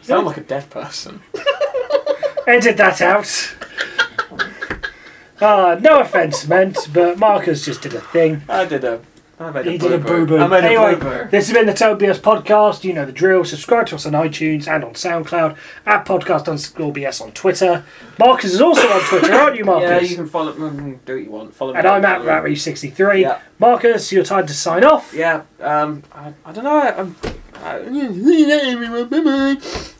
Speaker 2: Sound like a deaf person.
Speaker 1: Edit that out. Uh, no offense meant, but Marcus just did a thing.
Speaker 2: I did a. I made
Speaker 1: He
Speaker 2: a
Speaker 1: did a boo boo.
Speaker 2: I made
Speaker 1: Anyway,
Speaker 2: a boo boo.
Speaker 1: this has been the Tobias podcast. You know the drill. Subscribe to us on iTunes and on SoundCloud at podcast underscore BS on Twitter. Marcus is also on Twitter, aren't you, Marcus?
Speaker 2: Yeah, you can follow. mm, Do what you want. Follow me.
Speaker 1: And I'm at
Speaker 2: Follow me.
Speaker 1: Ratreach63.
Speaker 2: Yeah.
Speaker 1: Marcus, your time to sign off.
Speaker 2: Yeah. Um. I, I don't know. I, I'm. I, everyone. Bye bye.